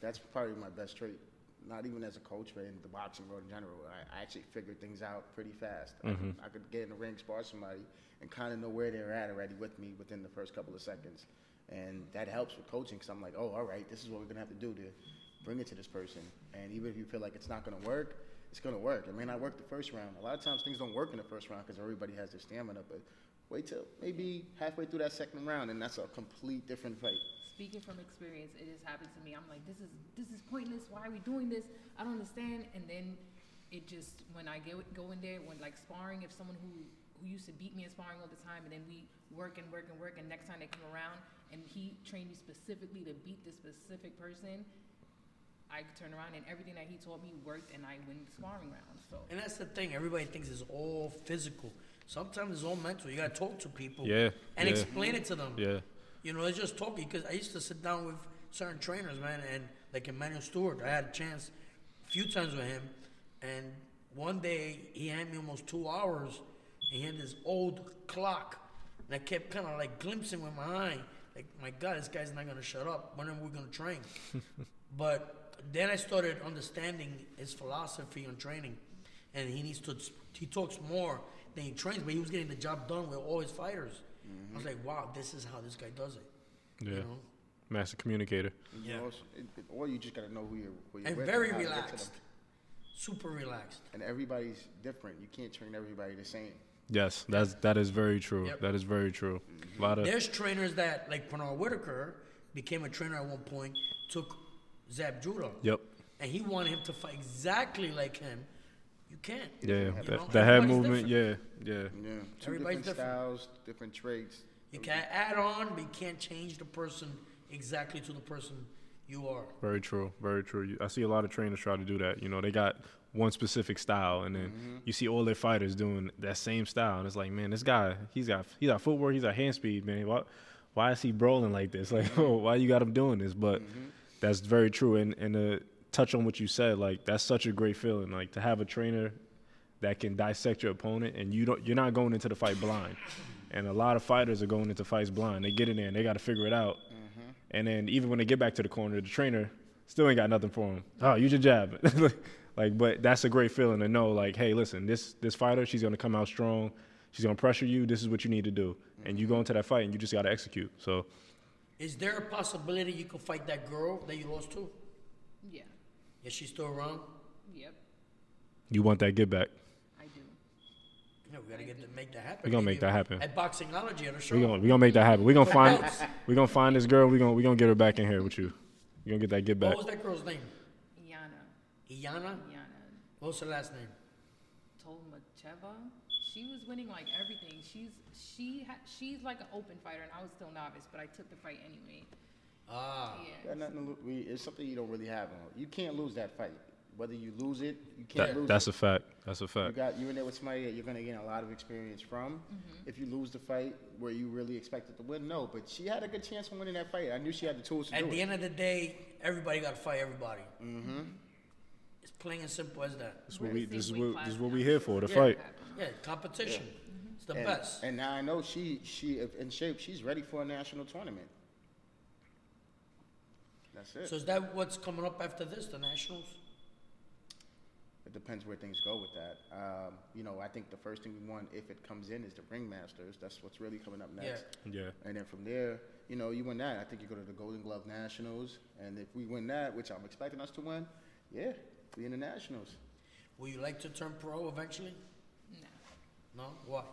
That's probably my best trait. Not even as a coach, but in the boxing world in general, I, I actually figured things out pretty fast. I, could, I could get in the ring, spar somebody, and kind of know where they're at already with me within the first couple of seconds, and that helps with coaching because I'm like, oh, all right, this is what we're gonna have to do to bring it to this person. And even if you feel like it's not gonna work, it's gonna work. It may not work the first round. A lot of times things don't work in the first round because everybody has their stamina, but wait till maybe halfway through that second round, and that's a complete different fight.
Speaking from experience, it has happened to me. I'm like, this is this is pointless. Why are we doing this? I don't understand. And then it just when I go go in there when like sparring, if someone who who used to beat me in sparring all the time, and then we work and work and work, and next time they come around and he trained you specifically to beat this specific person, I could turn around and everything that he taught me worked, and I win the sparring round. So
And that's the thing. Everybody thinks it's all physical. Sometimes it's all mental. You gotta talk to people.
Yeah,
And
yeah.
explain it to them.
yeah.
You know, it's just talking because I used to sit down with certain trainers, man, and like Emmanuel Stewart, I had a chance a few times with him, and one day he had me almost two hours, and he had this old clock, and I kept kind of like glimpsing with my eye, like, my God, this guy's not gonna shut up. When are we gonna train? but then I started understanding his philosophy on training, and he needs to. He talks more than he trains, but he was getting the job done with all his fighters. I was like, wow, this is how this guy does it.
Yeah.
You know?
Master communicator.
You
Yeah.
know, it- it- or you just gotta know who you're, who you're
and
with
very
how to get to
relaxed,
them.
super relaxed.
And everybody's different. You can't train everybody the same.
Yes, that's that is very true.
Yep.
That is very true. A lot of
There's trainers that, like Bernard Whitaker, became a trainer at one point, took Zab Judah,
yep.
and he wanted him to fight exactly like him. You can't.
Yeah,
You know,
that, the head
everybody's
movement.
different.
Yeah, yeah.
Yeah. Two
Everybody's
different,
different.
styles, different traits.
You can add on, but you can't change the person exactly to the person you are.
Very true. Very true. You- I see a lot of trainers try to do that. You know, they got one specific style, and then you see all their fighters doing that same style, and it's like, man, this guy, he's got he's got footwork, he's got hand speed, man. Why, why is he brawling like this? (laughs) Like, why you got him doing this? But that's very true. And and to touch on what you said, like that's such a great feeling, like to have a trainer that can dissect your opponent, and you don't you're not going into the fight blind. And a lot of fighters are Mm-hmm. going into fights blind. They get in there and they got to figure it out. And then even when they get back to the corner, the trainer still ain't got nothing for him. Oh, use your jab. (laughs) like, but that's a great feeling to know. Like, hey, listen, this this fighter, she's gonna come out strong. She's gonna pressure you. This is what you need to do, and you go into that fight and you just gotta execute. So,
Is there a possibility you could fight that girl that you lost to?
Yeah.
Is she still around?
Yep.
you want that get back.
I do.
Yeah, we gotta get to make that happen.
We gonna
Maybe
make that happen.
At Boxingology at a show.
We gonna we gonna make that happen. We gonna find we gonna find this girl. We gonna we gonna get her back in here with you. You gonna get that get back.
What was that girl's name?
Yana.
Iana.
Yana.
What was her last name?
Tolmacheva. She was winning like everything. She's she ha- she's like an open fighter, and I was still novice, but I took the fight anyway.
Ah,
Yeah.
Got nothing to lo- we, it's something you don't really have. on. You can't lose that fight. Whether you lose it, you can't
That,
lose
that's
it.
a fact. That's a
you
fact.
got you in there with somebody that you're gonna gain a lot of experience from.
Mm-hmm.
If you lose the fight, were you really expected to win? No, but she had a good chance of winning that fight. I knew she had the tools to
at
do
the
it.
end of the day, everybody got to fight everybody. Mm-hmm. It's plain and simple as that.
This is what
We're
we
the same
this is
weight
what
class
this is what
now.
we here for. The
Yeah.
fight.
Yeah, competition. It's the
and,
best.
and now I know she she if in shape. She's ready for a national tournament. That's it.
so is that what's coming up after this, the nationals?
it depends where things go with that. Um, you know, I think the first thing we want, if it comes in, is the ringmasters. That's what's really coming up next.
Yeah.
And then from there, you know, you win that. I think you go to the Golden Glove Nationals, and if we win that, which I'm expecting us to win, yeah, we in the Nationals.
Will you like to turn pro eventually?
Nah.
No. Why?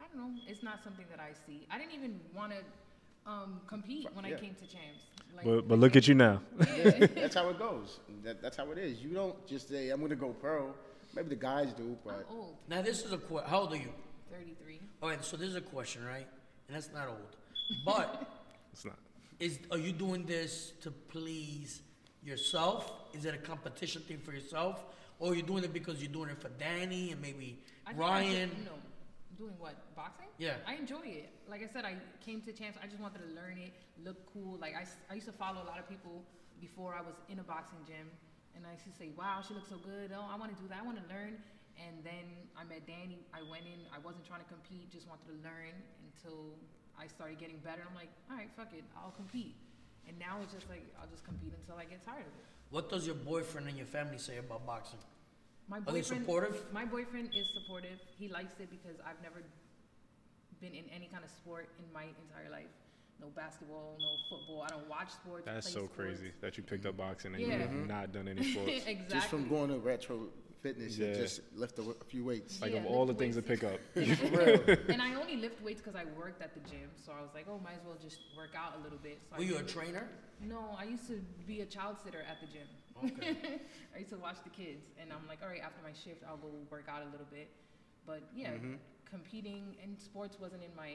I don't know. It's not something that I see. I didn't even want to um, compete when
Yeah.
I came to champs. Like,
But but look at you now.
Yeah, that's how it goes. That, that's how it is. You don't just say I'm gonna go pro. Maybe the guys do,
I'm
but
old,
Now this is a question. How old are you?
33.
All right. So this is a question, right? And that's not old, but.
It's not.
Is are you doing this to please yourself? Is it a competition thing for yourself, or are you doing it because you're doing it for Danny and maybe
I think I
Ryan?
just- no, doing what? Boxing?
Yeah.
I enjoy it. Like I said, I came to champs. I just wanted to learn it, look cool. Like I, s- I used to follow a lot of people before I was in a boxing gym, and I used to say, "Wow, she looks so good. Oh, I want to do that. I want to learn." And then I met Danny. I went in. I wasn't trying to compete. Just wanted to learn until I started getting better. I'm like, all right, fuck it. I'll compete. And now it's just like I'll just compete until I get tired of it.
What does your boyfriend and your family say about boxing?
My
they supportive?
My boyfriend is supportive. He likes it because I've never been in any kind of sport in my entire life. No basketball, no football. I don't watch sports.
That's
play
so
sports. (laughs)
crazy that you picked
Mm-hmm.
up boxing and you
Yeah.
have not done any
(laughs)
sports.
exactly.
just from going to retro fitness and
Yeah.
just lift a, w- a few weights.
Like of
Yeah,
all the
lift
things to
weights.
pick
(laughs)
up,
For real.
(laughs)
and I only lift weights because I worked at the gym, so I was like, oh, might as well just work out a little bit. So I
Were you a
did-
trainer?
No, I used to be a child sitter at the gym.
Okay.
(laughs) I used to watch the kids, and I'm like, all right, after my shift, I'll go work out a little bit. But yeah,
Mm-hmm.
competing in sports wasn't in my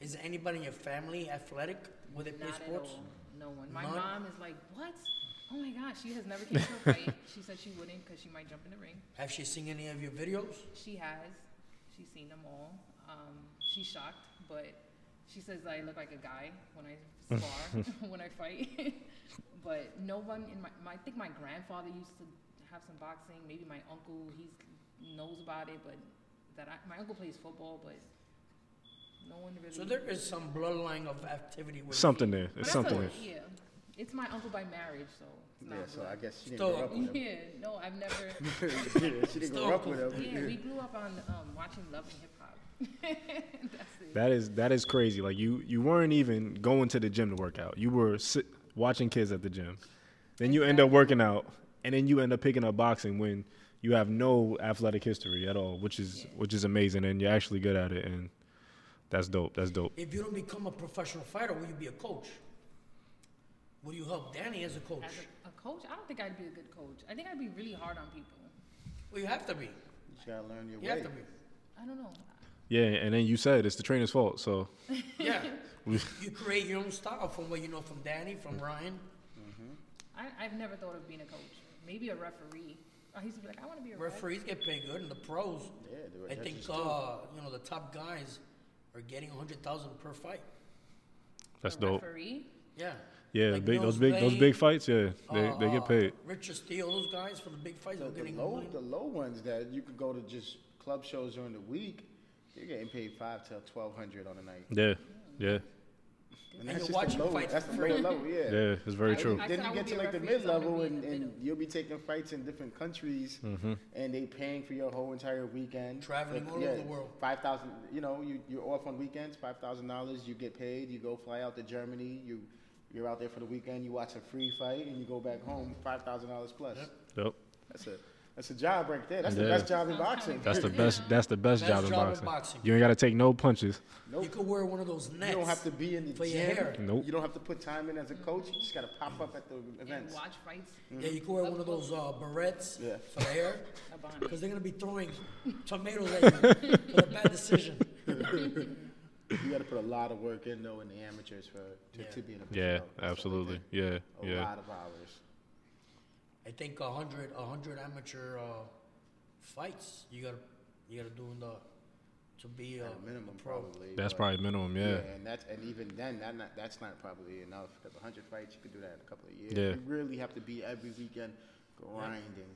Is anybody in your family athletic? Will they play
Not at
sports?
all. No one. My
None?
mom is like, what? Oh my gosh, she has never came
(laughs)
to a fight. she said she wouldn't because she might jump in the ring.
Have she seen any of your videos?
She has. She's seen them all. Um, she's shocked, but she says I look like a guy when
(laughs)
I spar, (laughs) when I fight. but no one in my, my, I think my grandfather used to have some boxing. Maybe my uncle, he knows about it, but that I, my uncle plays football, but no one really.
So there is some bloodline of activity with
something there.
But
It's
that's
something
a-
there.
Yeah, it's my uncle by marriage, so it's
yeah,
not.
so I
blood.
guess she didn't
Still-
grow up with him.
(laughs) Yeah, no,
(laughs)
I've never.
yeah, she didn't grow up with him.
Yeah, we grew up on um, watching Love and Hip Hop. That's it.
That is that is crazy. Like you you weren't even going to the gym to work out. You were sit, watching kids at the gym. Then you end up working out, and then you end up picking up boxing when you have no athletic history at all, which is which is amazing, and you're actually good at it, and that's dope. That's dope.
If you don't become a professional fighter, will you be a coach? Will you help Danny as a coach?
As a, a coach, I don't think I'd be a good coach. I think I'd be really hard on people.
well, you have to be.
You just gotta learn your
You
way.
have to be.
I don't know.
Yeah, and then you said it's the trainer's fault. So
Yeah.
We-
(laughs) you create your own style from what you know from Danny, from
Mm.
Ryan.
I, I've never thought of being a coach. Maybe a referee. I used to be like, I want to be a referee.
Referees get paid good, and the pros.
Yeah, they were
I think
judges too.
uh, you know the top guys are getting a hundred thousand per fight.
that's
a
dope.
Referee.
Yeah.
Yeah,
Like
big those big those big fights. Yeah, they
uh,
Oh,
they get paid.
Richard Steele, those guys for the big fights
The,
are
the
getting.
low,
million-
the low ones that you could go to just club shows during the week, you're getting paid five to twelve hundred on a night.
Yeah, yeah.
And
you're
that's just
watching
the low,
fights
that's
for
the
free.
low level, yeah.
Yeah, it's very true.
I
Then
said I
you
would
get
be
to
a
like the
referee,
mid
so I'm gonna
level,
be in
and,
the
and
middle.
you'll be taking fights in different countries,
Mm-hmm.
and they paying for your whole entire weekend.
Traveling all over the world.
Five thousand, you know, you you're off on weekends. Five thousand dollars, you get paid. You go fly out to Germany. You you're out there for the weekend. You watch a free fight, and you go back home. Five thousand dollars plus.
Yep.
That's it. That's a job right there. That's the
Yeah.
best job in boxing.
That's the
(laughs)
best. That's the best,
Best
job, in,
job in
boxing.
boxing.
You ain't gotta take no punches.
Nope.
You could wear one of those nets.
You don't have to be in the
for
gym.
your hair.
Nope.
You don't have to put time in as a coach. You just gotta pop up at the
and
events.
watch fights.
Yeah, you can wear one of those uh, barrettes
Yeah.
for the
(laughs)
hair,
A bonnet.
because they're gonna be throwing tomatoes at you for a bad decision.
You gotta put a lot of work in though in the amateurs for to,
Yeah.
to be in a
Yeah,
professional. That's
absolutely.
what
Yeah,
they do. A
yeah.
lot of hours.
I think a hundred, a hundred amateur uh, fights you gotta, you gotta do in the to be uh, a,
At a minimum,
a pro.
probably.
That's
but-
probably minimum. Yeah.
and that's and even then, that not, that's not probably enough because 100 fights you could do that in a couple of years.
Yeah.
You really have to be every weekend grinding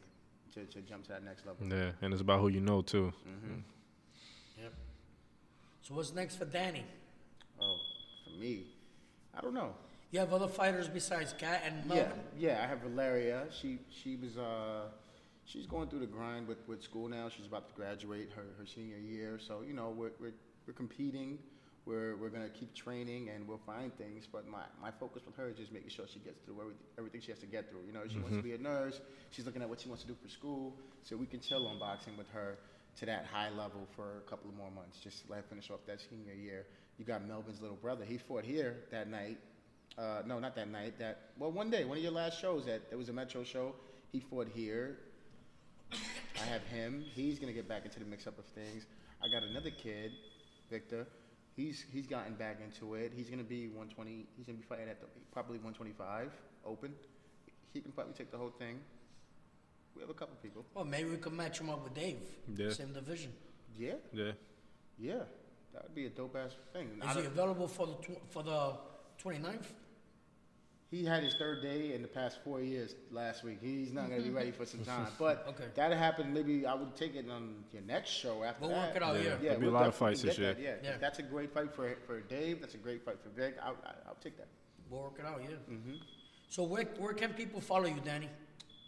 to, to jump to that next level.
yeah, and it's about who you know too.
Yep. So what's next for Danny?
Oh, for me, I don't know.
You have other fighters besides Kat and Melvin.
Yeah, yeah. I have Valeria. She she was uh, she's going through the grind with, with school now. She's about to graduate her, her senior year. So you know we're we're, we're competing. We're, we're gonna keep training and we'll find things. But my, my focus with her is just making sure she gets through everything, everything she has to get through. You know, she wants to be a nurse. She's looking at what she wants to do for school. So we can chill on boxing with her to that high level for a couple of more months. Just let her finish off that senior year. You got Melvin's little brother. He fought here that night uh, no, not that night. That well, one day, one of your last shows. That there was a Metro show. He fought here. I have him. He's gonna get back into the mix up of things. I got another kid, Victor. He's he's gotten back into it. He's gonna be 120. He's gonna be fighting at the, probably 125 open. He can probably take the whole thing. We have a couple people.
Well, maybe we can match him up with Dave.
Yeah.
Same division.
Yeah,
Yeah.
yeah. That would be a dope ass thing. And I
Is he
don't-
available for the tw- for the 29th?
He had his third day in the past four years last week. He's not going to be ready for
(laughs)
some time. But
Okay.
that happened. Maybe I would take it on your next show after
We'll
that.
work it out. Yeah.
Yeah. There'll be a
we'll
lot of
definitely
fights
get
this year.
that, Yeah, 'cause
Yeah.
that's a great fight for for Dave. That's a great fight for Vic. I'll, I- I'll take that.
We'll work it out. Yeah.
Mm-hmm.
So where where can people follow you, Danny?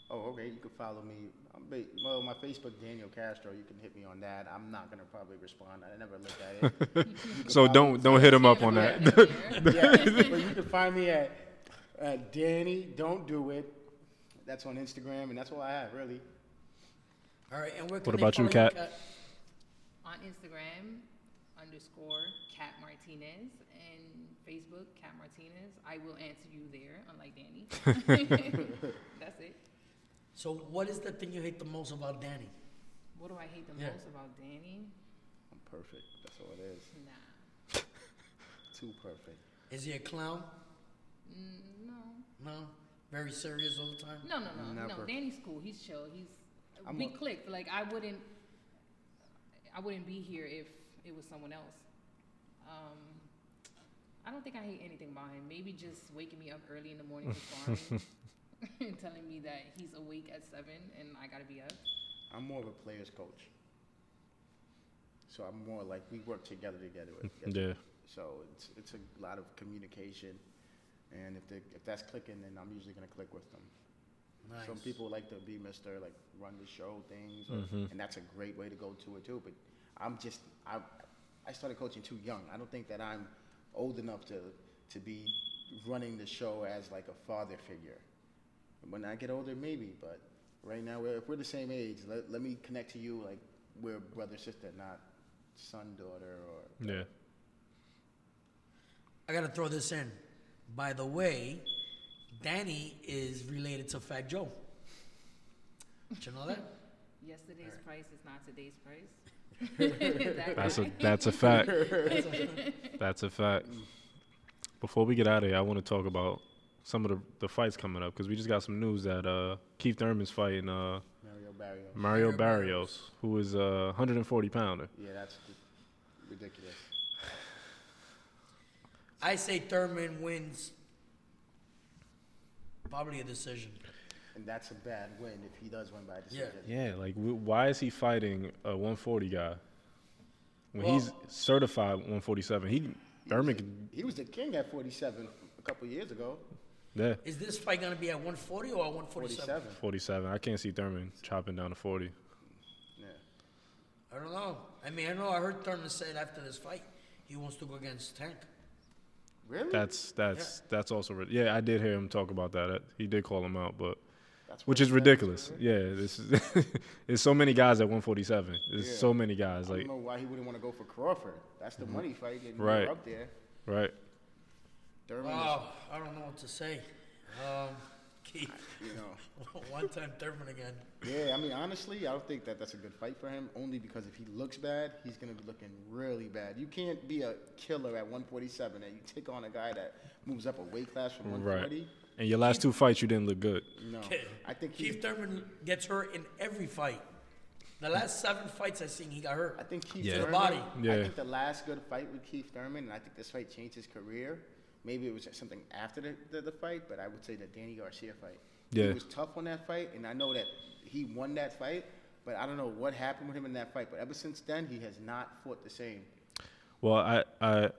Oh, okay. You can follow me. I'm ba- well, my Facebook, Daniel Castro. You can hit me on that. I'm not going to probably respond. I never look at
(laughs)
it.
So don't don't hit him up on
Yeah,
that. (laughs)
yeah.
yeah, but you can find me at, at Danny. Don't do it. That's on Instagram, and that's all I have really.
All right. And where can
What
they
about you,
follow
Kat?
on Instagram underscore Cat Martinez and Facebook Cat Martinez. I will answer you there, unlike Danny. That's it.
So what is the thing you hate the most about Danny?
What do I hate the
Yeah.
most about Danny?
I'm perfect. That's all it is.
Nah.
Too perfect.
Is he a clown?
Mm, no.
No. Very serious all the time.
No, no, no. No.
Never.
Danny's cool. He's chill. He's
I'm
we
a-
clicked. Like I wouldn't I wouldn't be here if it was someone else. Um I don't think I hate anything about him. Maybe just waking me up early in the morning and
(laughs)
sparring and (laughs) telling me that he's awake at seven and I gotta be up.
I'm more of a player's coach. So I'm more like we work together together. With,
yeah.
So it's it's a lot of communication, and if they, if that's clicking, then I'm usually gonna click with them.
Nice.
Some people like to be Mister like run the show things, or, and that's a great way to go to it too. But I'm just I I started coaching too young. I don't think that I'm old enough to to be running the show as like a father figure. When I get older, maybe, but right now, we're, if we're the same age, let, let me connect to you like we're brother sister, not son daughter or
Yeah.
I gotta throw this in. By the way, Danny is related to Fat Joe. Did you know that?
Yesterday's price is not today's
(laughs)
price. That
That's
guy.
a that's a fact. that's a fact. Before we get out of here, I want to talk about some of the, the fights coming up because we just got some news that uh, Keith Thurman's fighting uh,
Mario Barrio.
Mario
Mario
Barrios, who is a 140 pounder.
Yeah, that's ri- ridiculous.
I say Thurman wins. Probably a decision.
And that's a bad win if he does win by decision.
Yeah, like w- why is he fighting a 140 guy when
Well-
he's certified 147? He Thurman can.
He was the king at 47 a couple years ago.
Yeah,
Is this fight gonna be at 140 or at 147?
47.
47. I can't see Thurman chopping down to 40.
Yeah.
I don't know. I mean, I know I heard Thurman said after this fight he wants to go against Tank.
Really?
That's that's that's also rid- yeah. I did hear him talk about that. Uh, He did call him out, but
That's
which
what
is
I'm saying,
ridiculous.
man.
Yeah, this is (laughs) there's so many guys at 147. There's
Yeah.
so many guys
I
like Mm-hmm.
don't know why he wouldn't want to go for Crawford. That's the money fight. And you're
Right.
up there.
right.
Thurman
Wow, I don't know what to say. Um, (laughs) Keith,
is, you know.
one time Thurman again.
Yeah, I mean, honestly, I don't think that that's a good fight for him. Only because if he looks bad, he's gonna be looking really bad. You can't be a killer at 147 and you take on a guy that moves up a weight class from 140.
Right. And your last two fights, you didn't look good.
No, I think he.
Keith Thurman gets hurt in every fight. The last seven fights I seen, he got
I
hurt.
think Keith
Yeah. To the
Thurman.
body.
I
Yeah.
think the last good fight with Keith Thurman, and I think this fight changed his career. Maybe it was something after the, the, the fight, but I would say the Danny Garcia fight. He
Yeah.
was tough on that fight, and I know that he won that fight, but I don't know what happened with him in that fight. But ever since then, he has not fought the same.
Well, I I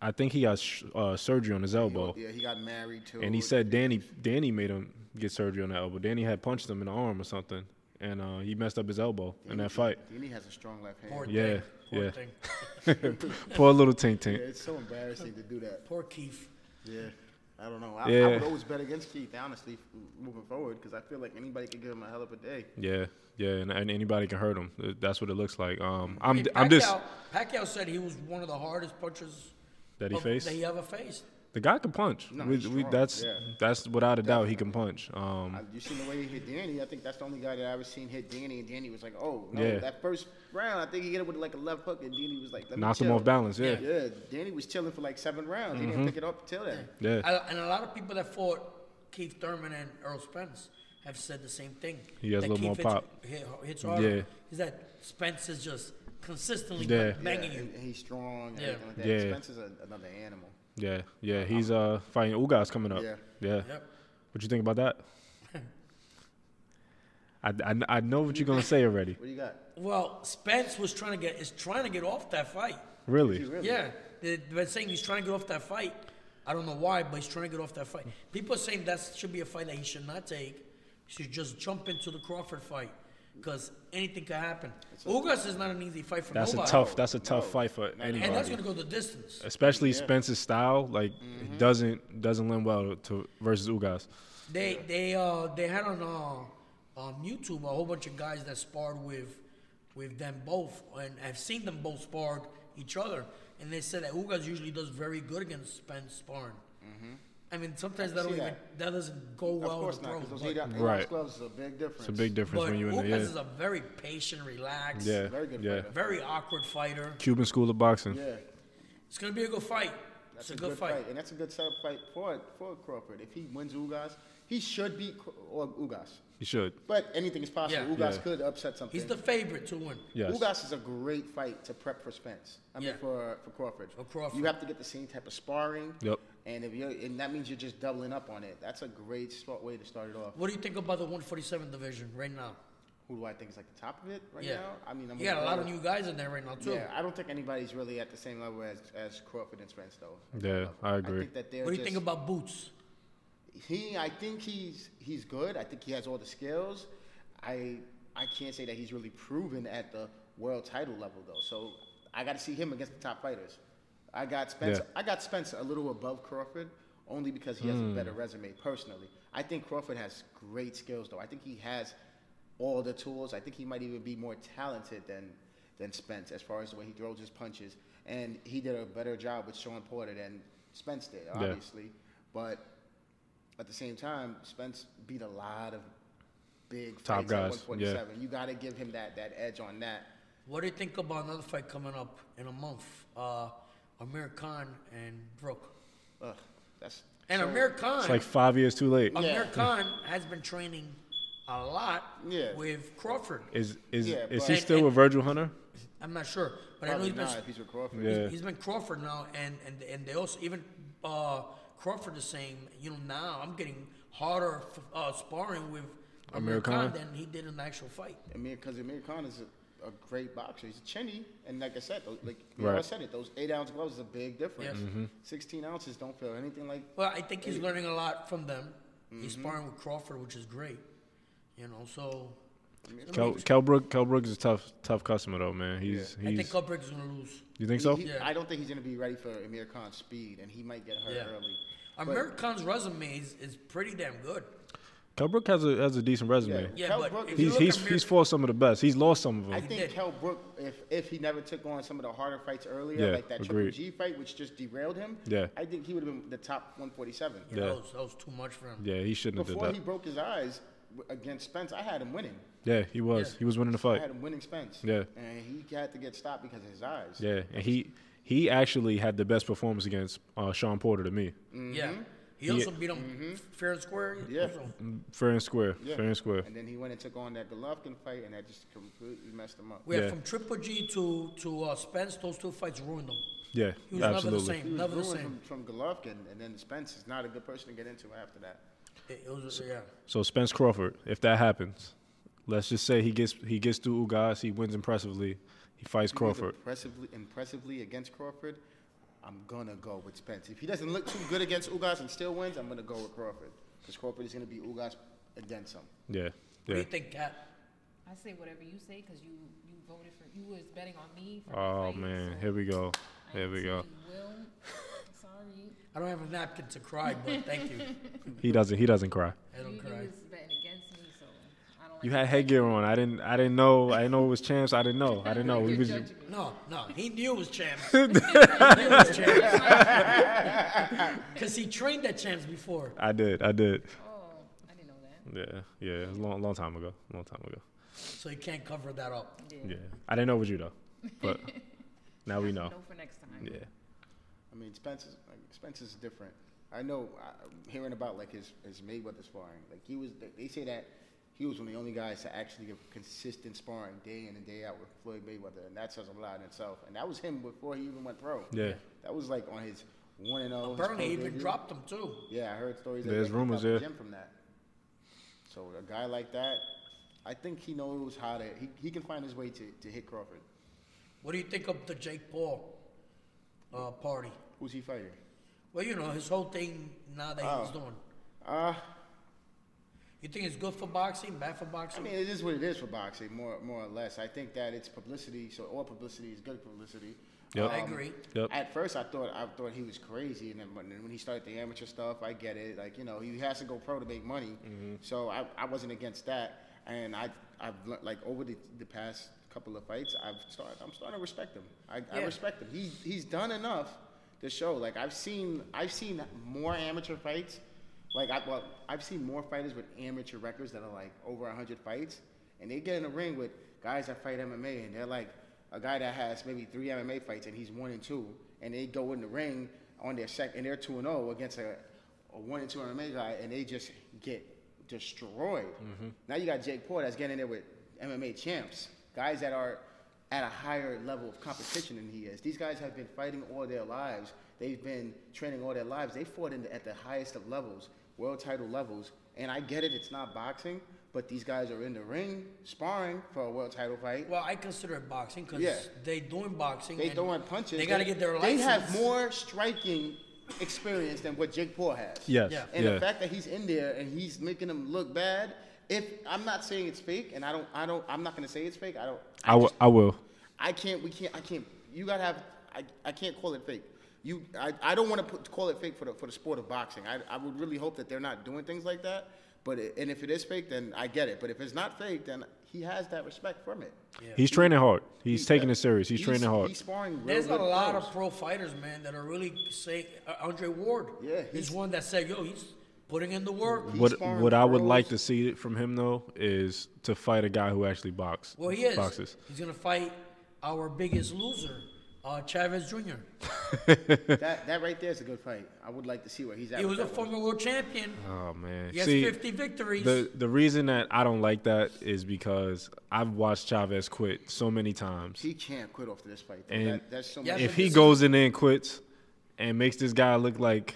I think he got sh- uh, surgery on his elbow,
Yeah, he got married too.
and he said Danny Danny made him get surgery on the elbow. Danny had punched him in the arm or something, and uh, he messed up his elbow in that fight.
Danny has a strong left hand.
Poor
Yeah,
thing. Poor
yeah.
thing.
Poor little Tink
Yeah,
Tink.
it's so embarrassing to do that.
Poor Keith.
Yeah. I don't know. I, I
Yeah.
would always bet against Keith, honestly, moving forward, because I feel like anybody could give him a hell of a day.
Yeah, yeah, and, and anybody can hurt him. Uh, That's what it looks like. Um, I'm
And
I'm just
Pacquiao- Pacquiao said he was one of the hardest punchers
that he
of-
faced.
that he ever faced.
The guy can punch.
No,
we,
he's
we,
strong,
that's
yeah.
that's without a doubt he can punch. Um,
I, you seen the way he hit Danny? I think that's the only guy that I ever seen hit Danny, and Danny was like, "Oh, no!"
Yeah.
That first round, I think he hit him with like a left hook, and Danny was like, Let
knock
me
him
chill."
off balance. Yeah, Mm-hmm. yeah,
Yeah, Danny was chilling for like seven rounds. He didn't pick it up till then.
I, and a lot of people that fought Keith Thurman and Earl Spence have said the same thing.
He has
that
a little
Keith
more
hits-
pop.
Hit, hits harder.
Yeah.
Is that Spence is just consistently
Yeah.
banging
Yeah,
you.
and, and he's strong. And
Yeah.
everything like that.
Yeah.
Spence is a, another animal.
yeah, yeah. He's uh fighting Ugas coming up.
Yeah.
Yeah.
Yep.
What you think about that? I, I, I know what you're gonna say already.
What do you got?
Well, Spence was trying to get is trying to get off that fight.
Really?
Really?
Yeah, they- they're saying he's trying to get off that fight. I don't know why, but he's trying to get off that fight. People are saying that should be a fight that he should not take. He should just jump into the Crawford fight because anything could happen. Ugas is not an easy fight for
That's a
nobody.
tough. That's a tough
No.
fight for
and that's
anybody,
going to go the distance.
especially Spence's style. Like
Mm-hmm.
it doesn't doesn't lend well to versus Ugas.
They they uh they had on uh on YouTube a whole bunch of guys that sparred with with them both and I've seen them both sparred each other and they said that Ugas usually does very good against Spence sparring. I mean sometimes that
Mm-hmm. see
don't even
that.
that doesn't go
Of
well
course
with the
not.
pros.
'cause those
but-
eight, eight
Right.
gloves is a big difference.
It's a big difference
but
when you're in
Ugas
the
is
yeah,
a very patient, relaxed,
yeah,
very good
yeah.
fighter.
very awkward fighter.
Cuban school of boxing.
Yeah.
It's gonna be a good fight.
That's
it's a, good, fight.
and that's a good setup fight for for Crawford. If he wins Ugas, he should beat Cro- or Ugas.
You should.
But anything is possible.
Yeah.
Ugas
Yeah.
could upset something.
He's the favorite to win.
Yes.
Ugas is a great fight to prep for Spence. I mean,
Yeah.
for for Crawford.
For Crawford.
You have to get the same type of sparring.
Yep.
And if you and that means you're just doubling up on it. That's a great start, way to start it off.
What do you think about the 147 division right now?
Who do I think is like the top of it right
yeah,
now? I mean, I'm
you got a
gonna
lot of
go-
new guys in there right now too.
Yeah, I don't think anybody's really at the same level as as Crawford and Spence though.
Yeah, I
I
agree.
think that they're
What do you
just-
think about Boots?
He, I think he's he's good. I think he has all the skills. I I can't say that he's really proven at the world title level though. So I got to see him against the top fighters. I got Spence.
Yeah.
I got Spence a little above Crawford only because he has a better resume personally. I think Crawford has great skills though. I think he has all the tools. I think he might even be more talented than than Spence as far as the way he throws his punches. And he did a better job with Sean Porter than Spence did, obviously. But at the same time, Spence beat a lot of big
Top
fights
guys,
at 147. You got to give him that that edge on that.
What do you think about another fight coming up in a month? Uh, Amir Khan and Brooke.
Ugh, that's
And
so-
Amir Khan,
It's like five years too late.
Amir
Yeah.
Khan has been training a lot
Yeah.
with Crawford.
Is is
Yeah,
is
but-
he still with Virgil Hunter?
I'm not sure, but I know
probably
he's been
not if he's with Crawford.
Yeah.
he's been Crawford now, and and and they also even uh, Crawford the same. You know now I'm getting harder f- uh, sparring with Amir,
Amir
Khan
Khan?
than he did in the actual fight.
Amir, because Amir Khan is a, a great boxer. He's a chinny, and like I said, those, like you
Right. Mm-hmm.
know, I said it, those eight ounce gloves is a big difference.
Yes.
Sixteen ounces don't feel anything like.
Well, I think he's learning a lot from them. He's
Mm-hmm.
sparring with Crawford, which is great. You know, so
Kel, Kel, Brook, Kel Brook is a tough, tough customer though, man. He's,
I
he's.
think Kubrick is going to lose.
you think
he-
so?
he-
Yeah.
I don't think he's gonna be ready for Amir Khan's speed, and he might get hurt
Yeah.
early. But-
Amir Khan's resume is, is pretty damn good.
Kel Brook has a has a decent resume.
Yeah,
Kell
but
Brook
if
is-
you
He's
look
he's
at Amir-
he's fought some of the best. He's lost some of them.
I
did.
think Kell Brook, if if he never took on some of the harder fights earlier,
Yeah,
like that Triple
agreed.
G fight, which just derailed him,
Yeah.
I think he would have been the top 147.
Yeah,
Yeah.
That, was, that was too much for him.
Yeah, he shouldn't have
Before
did
he
that.
broke his eyes w- against Spence, I had him winning.
yeah, he was.
Yeah.
He was winning the fight.
I had him winning Spence.
Yeah.
And he had to get stopped because of his eyes.
Yeah, and he he actually had the best performance against uh, Sean Porter to me,
Yeah. He also beat him fair and square.
Mm-hmm. Yeah.
Also.
fair and square,
Yeah.
fair and square.
And then he went and took on that Golovkin fight, and that just completely messed him up.
We had
Yeah.
from Triple G to, to uh, Spence, those two fights ruined him.
Yeah,
He was never the
absolutely.
same.
He was
Never the
ruined
same.
From, from Golovkin, and then Spence is not a good person to get into after that.
It, it was, yeah.
So Spence Crawford, if that happens, let's just say he gets he gets through Ugas, he wins impressively, he fights
He was
Crawford.
Impressively, impressively against Crawford, I'm gonna go with Spence. If he doesn't look too good against Ugas and still wins, I'm gonna go with Crawford because Crawford is gonna be Ugas against him.
Yeah,
What do
yeah.
you think, Cat?
I say whatever you say because you you voted for you was betting on me. For my
Oh
fight,
man,
so
here we go,
I
here we
say
go.
Will, (laughs) sorry,
I don't have a napkin to cry, but thank you.
He doesn't he doesn't cry.
I don't
you
cry.
was betting against me, so I don't. Like
You
(laughs)
had headgear on. I didn't I didn't know I didn't know it was champs. I didn't know. I didn't know. We
You're
was
judging me.
No, no, he knew it was champs. he knew it was champs. Because he trained at champs before.
I did, I did.
Oh, I didn't know that.
Yeah, yeah. It was a long long time ago. Long time ago.
So you can't cover that up.
Yeah. I didn't know it was you though. But now we know.
No for next time.
Yeah.
I mean, Spence is like, Spence is different. I know, I- I'm hearing about like his his Mayweather sparring, like he was. they- They say that he was one of the only guys to actually give consistent sparring day in and day out with Floyd Mayweather, and that says a lot in itself. And that was him before he even went pro.
Yeah.
that was like on his one and zero. his
Bernie
pro
even
debut.
dropped him too.
Yeah, I heard stories.
There's
that like,
rumors,
about the
yeah.
Gym from that. So a guy like that, I think he knows how to. He, he can find his way to, to hit Crawford.
What do you think of the Jake Paul uh, party?
Who's he fighting?
Well, you know his whole thing now that he's
Oh.
doing.
Uh,
You think it's good for boxing, bad for
I
boxing?
mean, it is what it is for boxing, more more or less. I think that it's publicity, so all publicity is good publicity.
Yep.
I
Um,
agree.
Yep.
At first, I thought I thought he was crazy, and then when, when he started the amateur stuff, I get it. Like you know, he has to go pro to make money, so I, I wasn't against that. And I I've le- like over the, the past couple of fights, I've started I'm starting to respect him. I, I
Yeah.
respect him. He he's done enough to show. Like I've seen I've seen more amateur fights. Like I well I've seen more fighters with amateur records that are like over hundred fights, and they get in the ring with guys that fight MMA, and they're like a guy that has maybe three MMA fights and he's one and two, and they go in the ring on their second and they're two and zero against a, a one and two MMA guy, and they just get destroyed. Now you got Jake Paul that's getting in there with MMA champs, guys that are at a higher level of competition than he is. These guys have been fighting all their lives. They've been training all their lives. They fought in the, at the highest of levels, world title levels. And I get it, it's not boxing, but these guys are in the ring sparring for a world title fight.
Well, I consider it boxing because
Yeah.
they doing boxing.
They
and
throwing punches.
They got to get their
They
license.
have more striking experience than what Jake Paul has.
Yes.
Yeah.
And
yeah.
the fact that he's in there and he's making them look bad, if I'm not saying it's fake, and I don't, I don't, I'm not gonna say it's fake. I don't.
I, w-
just-
I will.
I can't. We can't. I can't. You gotta have. I, I can't call it fake. You. I, I don't want to call it fake for the for the sport of boxing. I, I would really hope that they're not doing things like that. But it, and if it is fake, then I get it. But if it's not fake, then he has that respect from it.
He's training hard. He's,
He-
taking it serious. He's, training hard.
He's sparring. real
There's a
good
lot
pros.
of pro fighters, man, that are really say uh, Andre Ward.
Yeah,
he's
he's-
one that said, "Yo, he's putting in the work."
He's
what
sparring
what I would like to
pros.
see from him though is to fight a guy who actually box.
Well, he is.
Boxes.
He's gonna fight our biggest loser, uh, Chavez Jr.
That that right there is a good fight. I would like to see where he's at.
He was
with
a
that one.
former world champion.
Oh man.
He has
See,
50 victories.
the the reason that I don't like that is because I've watched Chavez quit so many times.
He can't quit off this fight. though.
And
That, that's so
Yeah,
much.
If
but
he
this
goes in there and quits and makes this guy look like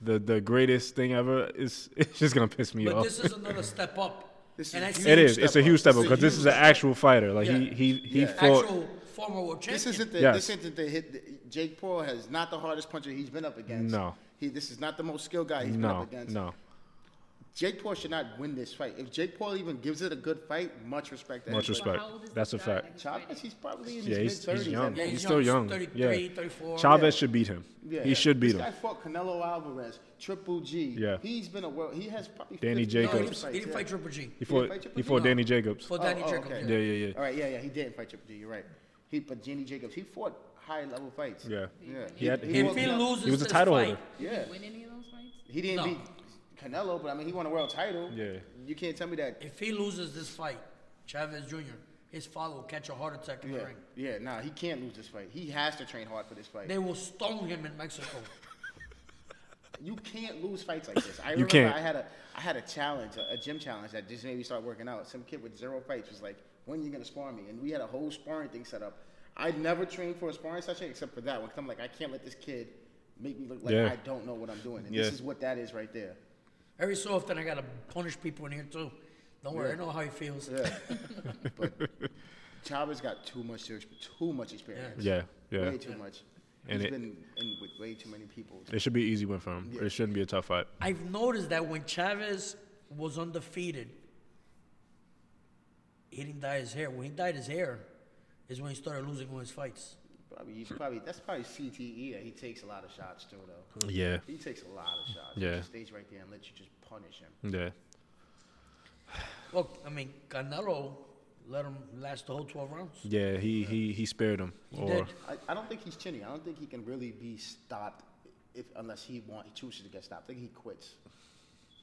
the the greatest thing ever, it's (laughs) it's just gonna piss me
but
off.
this is another step up.
(laughs) This is
And
a
I
huge
see-
uh, It is. It's a huge step up
It's a
because this
huge
is an
step up.
actual fighter. Like he
Yeah.
he he
Yeah.
fought.
Actual former world champion.
This isn't the
Yes.
this isn't the hit. Jake Paul has not the hardest puncher he's been up against.
No.
He this is not the most skilled guy he's been
no,
up against.
no.
Jake Paul should not win this fight. If Jake Paul even gives it a good fight, much respect. To
Much
everybody.
respect.
How old is
That's
this
a
guy
fact.
that he's
Chavez,
fighting?
he's probably in
Yeah,
his
he's,
mid
he's young.
thirties.
Yeah,
He's
he's
still
young.
young.
He's 33,
Yeah.
34.
Chavez should beat him. He should beat
this
him.
This guy fought Canelo Alvarez, Triple G.
Yeah.
He's been a world. He has probably
Danny
50
No, he
Jacobs.
didn't,
fights,
he didn't
yeah.
fight Triple G.
He
didn't
fought
fight Triple
he
G?
fought
No.
Danny Jacobs.
For Danny Jacobs.
okay.
Yeah, yeah, yeah.
All right, yeah, yeah. He didn't fight Triple G. You're right. He but Danny Jacobs. He fought high level fights.
Yeah.
Yeah.
He had- he-
If
walked
he
up-
loses
He was a
this
title
fight,
holder.
Yeah.
Win any of those fights?
He didn't
No.
beat Canelo, but I mean, he won a world title.
Yeah.
You can't tell me that.
If he loses this fight, Chavez Jr., his father will catch a heart attack in
Yeah.
the ring.
Yeah. Nah, he can't lose this fight. He has to train hard for this fight.
They will stone him in Mexico.
(laughs) You can't lose fights like
(laughs)
this. I remember
can't.
I had a I had a challenge, a, a gym challenge that just made me start working out. Some kid with zero fights was like, "When you gonna spar me?" And we had a whole sparring thing set up. I never trained for a sparring session except for that one. Cause I'm like, I can't let this kid make me look like
Yeah.
I don't know what I'm doing. And
Yeah.
this is what that is right there.
Every so often, I gotta punish people in here too. Don't worry, I know how he feels.
Yeah. but Chavez got too much ex- too much experience.
Yeah, yeah.
Way too much.
And
He's
it-
been in with way too many people.
It should be an easy win for him. It shouldn't be a tough fight.
I've noticed that when Chavez was undefeated, he didn't dye his hair. When he dyed his hair, is when he started losing all his fights.
Probably, he's probably that's probably CTE that he takes a lot of shots too though.
Yeah,
He takes a lot of shots. He
Yeah.
just stays right there and lets you just punish him.
yeah.
Well, I mean, Canelo let him last the whole 12 rounds.
Yeah, he he he spared him. Or
did.
I, I don't think he's chinny. I don't think he can really be stopped if unless he want he chooses to get stopped. I think he quits.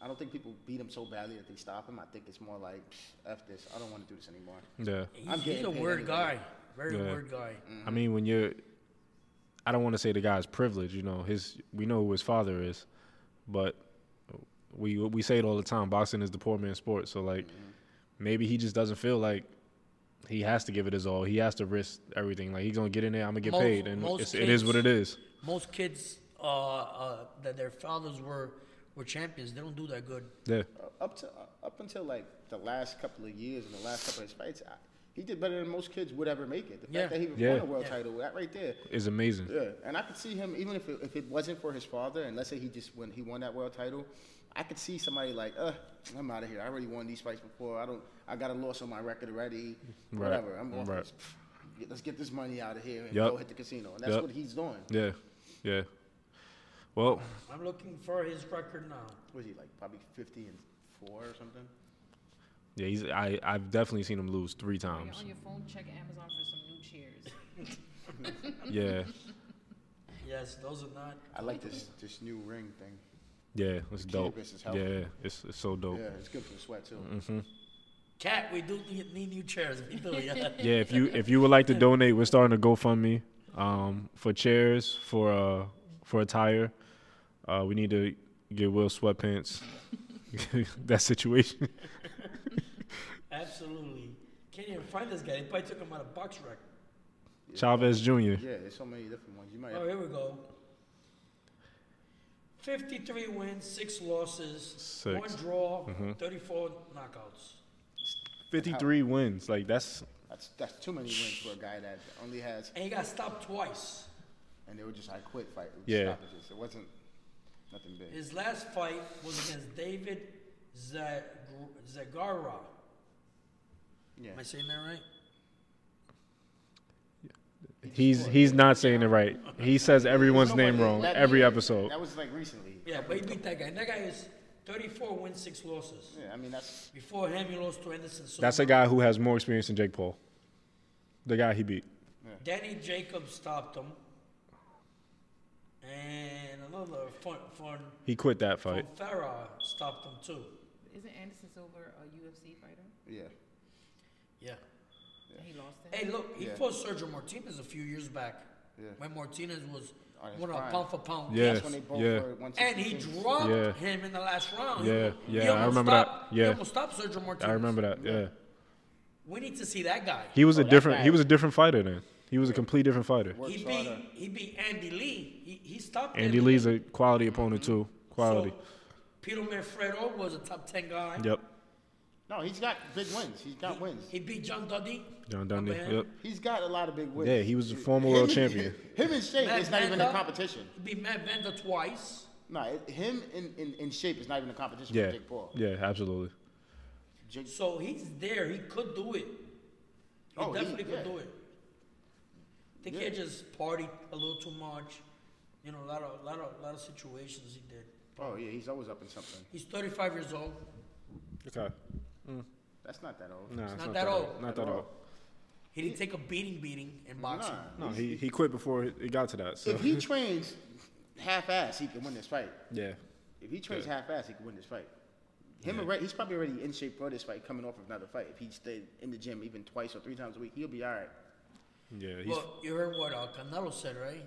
I don't think people beat him so badly that they stop him. I think it's more like "Psh, f this. I don't want to do this anymore.
yeah.
He's,
I'm
he's
getting
a
paid
word
anyway.
guy, very
Yeah.
word guy.
I mean, when you're, I don't want to say the guy's privileged. You know, his we know who his father is, but we we say it all the time. Boxing is the poor man's sport. So like,
Mm-hmm.
maybe he just doesn't feel like he has to give it his all. He has to risk everything. Like he's gonna get in there. I'm gonna get
Most-
paid, and
most
it's, it is what it
kids-
is.
Most kids uh, uh, that their fathers were were champions, they don't do that good.
Yeah,
Uh, up to uh, up until like the last couple of years and the last couple of his fights, I, he did better than most kids would ever make it. The
Yeah.
fact that he even
Yeah.
won a world
Yeah.
title, that right there,
it's amazing.
Yeah, and I could see him even if it, if it wasn't for his father, and let's say he just when he won that world title, I could see somebody like, uh, I'm out of here. I already won these fights before. I don't. I got a loss on my record already.
Right,
Whatever. I'm off
right.
this. Get- Let's get this money out of here and
Yup.
go hit the casino. And that's
Yup.
what he's doing.
Yeah, yeah. Well,
I'm looking for his record now.
Was he like probably 50 and four or something?
yeah. He's I I've definitely seen him lose three
When
times.
you're on your phone, check Amazon for some new chairs.
Yeah,
Yes, those are not.
I like this this new ring thing.
yeah. It's dope.
canvas is helpful.
Yeah, it's it's so dope.
Yeah, it's good for the sweat too.
Mm-hmm.
Cat, we do need need new chairs. (laughs) We do, yeah.
yeah, if you if you would like to donate, we're starting a GoFundMe um, for chairs, for uh, for attire. Uh, we need to get Will sweatpants. (laughs) that situation.
Absolutely. Can't even find this guy. They probably took him out of box rec.
Chavez Jr.
Yeah, there's so many different ones. You might.
Oh, here we go. 53 wins, 6 losses, 1
Six. Mm-hmm.
draw, 34 knockouts.
53 wins. Like that's
That's that's too many wins for a guy that only has
And he got stopped twice.
and they were just I quit fight.
Yeah.
Stoppages. It wasn't nothing big.
His last fight was against David Zag- Zagara.
yeah.
Am I saying that right?
he's he's not saying it right. He says everyone's name wrong
That-
every episode.
That was like recently.
Yeah, but he beat that guy. And that guy is 34 wins, 6 losses.
Yeah, I mean that's
Before him, he lost to Anderson Silva.
That's a guy who has more experience than Jake Paul. The guy he beat.
Danny Jacobs stopped him. And another fun, fun,
He quit that
fun
fight.
Farah stopped him too.
Isn't Anderson Silver a UFC fighter?
yeah.
Yeah.
And He lost it. (laughs)
Hey, look, he
Yeah.
fought Sergio Martinez a few years back
Yeah.
when Martinez was
On his
one of
prime.
pound for pound.
Yeah.
kings.
That's when they both
yeah.
were one
And he dropped
Yeah.
him in the last round.
Yeah,
He
yeah, I
almost
remember that.
stopped-
Yeah.
He almost stopped Sergio Martinez.
I remember that. Yeah.
We need to see that guy.
He was a
Oh, that
different
guy.
he was a different fighter then. He was a complete different fighter.
Works
He beat,
harder.
he beat Andy Lee. He, he stopped
Andy Lee's a quality opponent too. Quality.
So, Peter Manfredo was a top 10 guy.
Yep.
No, he's got big wins. He's got wins.
He beat John Duddy.
John Dundee.
man.
Yep.
He's got a lot of big wins.
Yeah, he was a former world champion.
(laughs) Him in shape
Matt
is not even a
Vanda.
competition.
He beat Matt Vander twice.
No, it, him in, in, in shape is not even a competition
Yeah.
for Jake Paul.
Yeah, absolutely.
Jake,
So he's there. He could do it. He
Oh, he-
definitely could
yeah.
do it. They can't just party a little too much. You know, a lot of, lot of, lot of situations he did.
oh yeah, he's always up in something.
He's 35 years old.
Okay.
That's not that old.
Nah, it's
not that old.
Not that
At all.
old.
He didn't take a beating, beating in boxing.
Nah.
No, he, he quit before it got to that.
(laughs)
So
If he trains half ass, he can win this fight.
yeah,
If he trains half ass, he can win this fight. Him already, he's probably already in shape for this fight, coming off of another fight. If he stayed in the gym even twice or three times a week, he'll be all
(laughs)
right.
yeah, he's
Well, you heard what uh, Canelo said, right?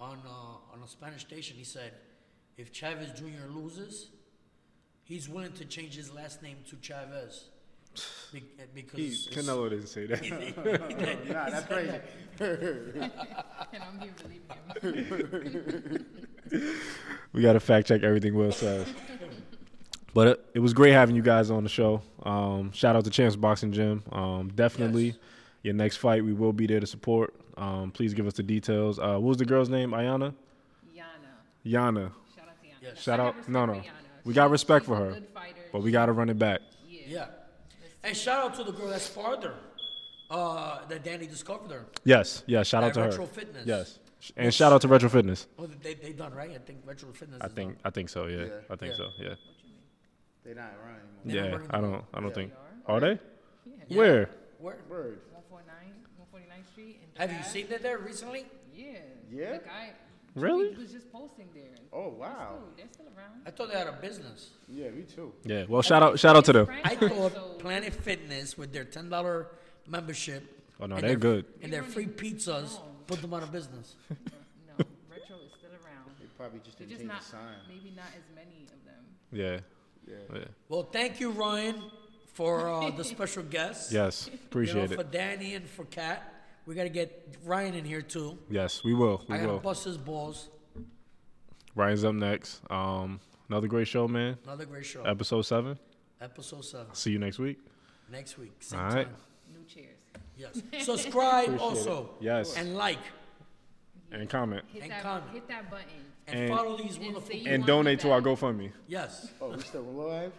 On uh, on a Spanish station, he said, if Chavez Jr. loses, he's willing to change his last name to Chavez Be- uh, because
he,
it's-
Canelo didn't say
(laughs)
that.
Nah, that's crazy.
and I'm here
(laughs)
believing him.
we got to fact check everything Will says.
(laughs)
But uh, it, it was great having you guys on the show. Um, shout out to Champs Boxing Gym. Um, definitely
Yes.
your next fight, we will be there to support. Um, please give us the details. Uh, what was the girl's name? Ayana.
Yana.
Yana.
Shout out to Yana.
Yes.
I
Shout
got
out.
respect
No,
for
no.
Yana.
We got respect
She's
for
a
her,
Good fighter.
but we got to run it back.
yeah.
Yeah. And shout out to the girl that's farther uh, that Danny discovered her.
Yes. Yeah. Shout out
At
to her.
Retro Fitness.
Yes. Sh- And shout out to Retro Fitness.
Oh, they they done right. I think Retro Fitness.
I
is
think
done.
I think so. Yeah.
Yeah.
I think
Yeah.
so. Yeah.
They're not running anymore.
They don't
Yeah.
run
I
anymore.
don't. I don't
Yeah.
think.
They
Are they?
Yeah.
Where?
Where?
Word.
149, 149th Street. in
Have you
Dubai.
seen that there recently?
Yeah.
Yeah?
The guy.
Really?
He was just posting there.
Oh wow.
Dude, they're still around.
I thought they had a business.
Yeah, me too.
Yeah. Well, shout out. Shout out to them.
I
(laughs) So-
thought Planet Fitness with their ten dollar membership.
Oh, no,
and
they're
their-
good.
And their free pizzas
No.
put them out of business.
No, retro is still around.
They probably just
They're
didn't change
just not,
the sign.
maybe not as many of them.
Yeah.
Yeah.
yeah.
Well, thank you, Ryan, for
(laughs)
uh, the special guest. (laughs)
Yes.
you know,
Appreciate
for
it.
Danny and for Kat. We gotta get Ryan in here too.
Yes, we will. We
I gotta
will.
bust his balls.
Ryan's up next. Um, another great show, man.
Another great show.
Episode seven.
Episode seven
See you next week.
next week. Same
All right.
time.
New chairs. (laughs)
Yes. Subscribe also.
Yes.
And like
And comment.
Hit
And
that,
comment.
hit that button.
and,
And-
follow these
And
wonderful.
see-
And donate to our GoFundMe.
Yes.
Oh, we still alive?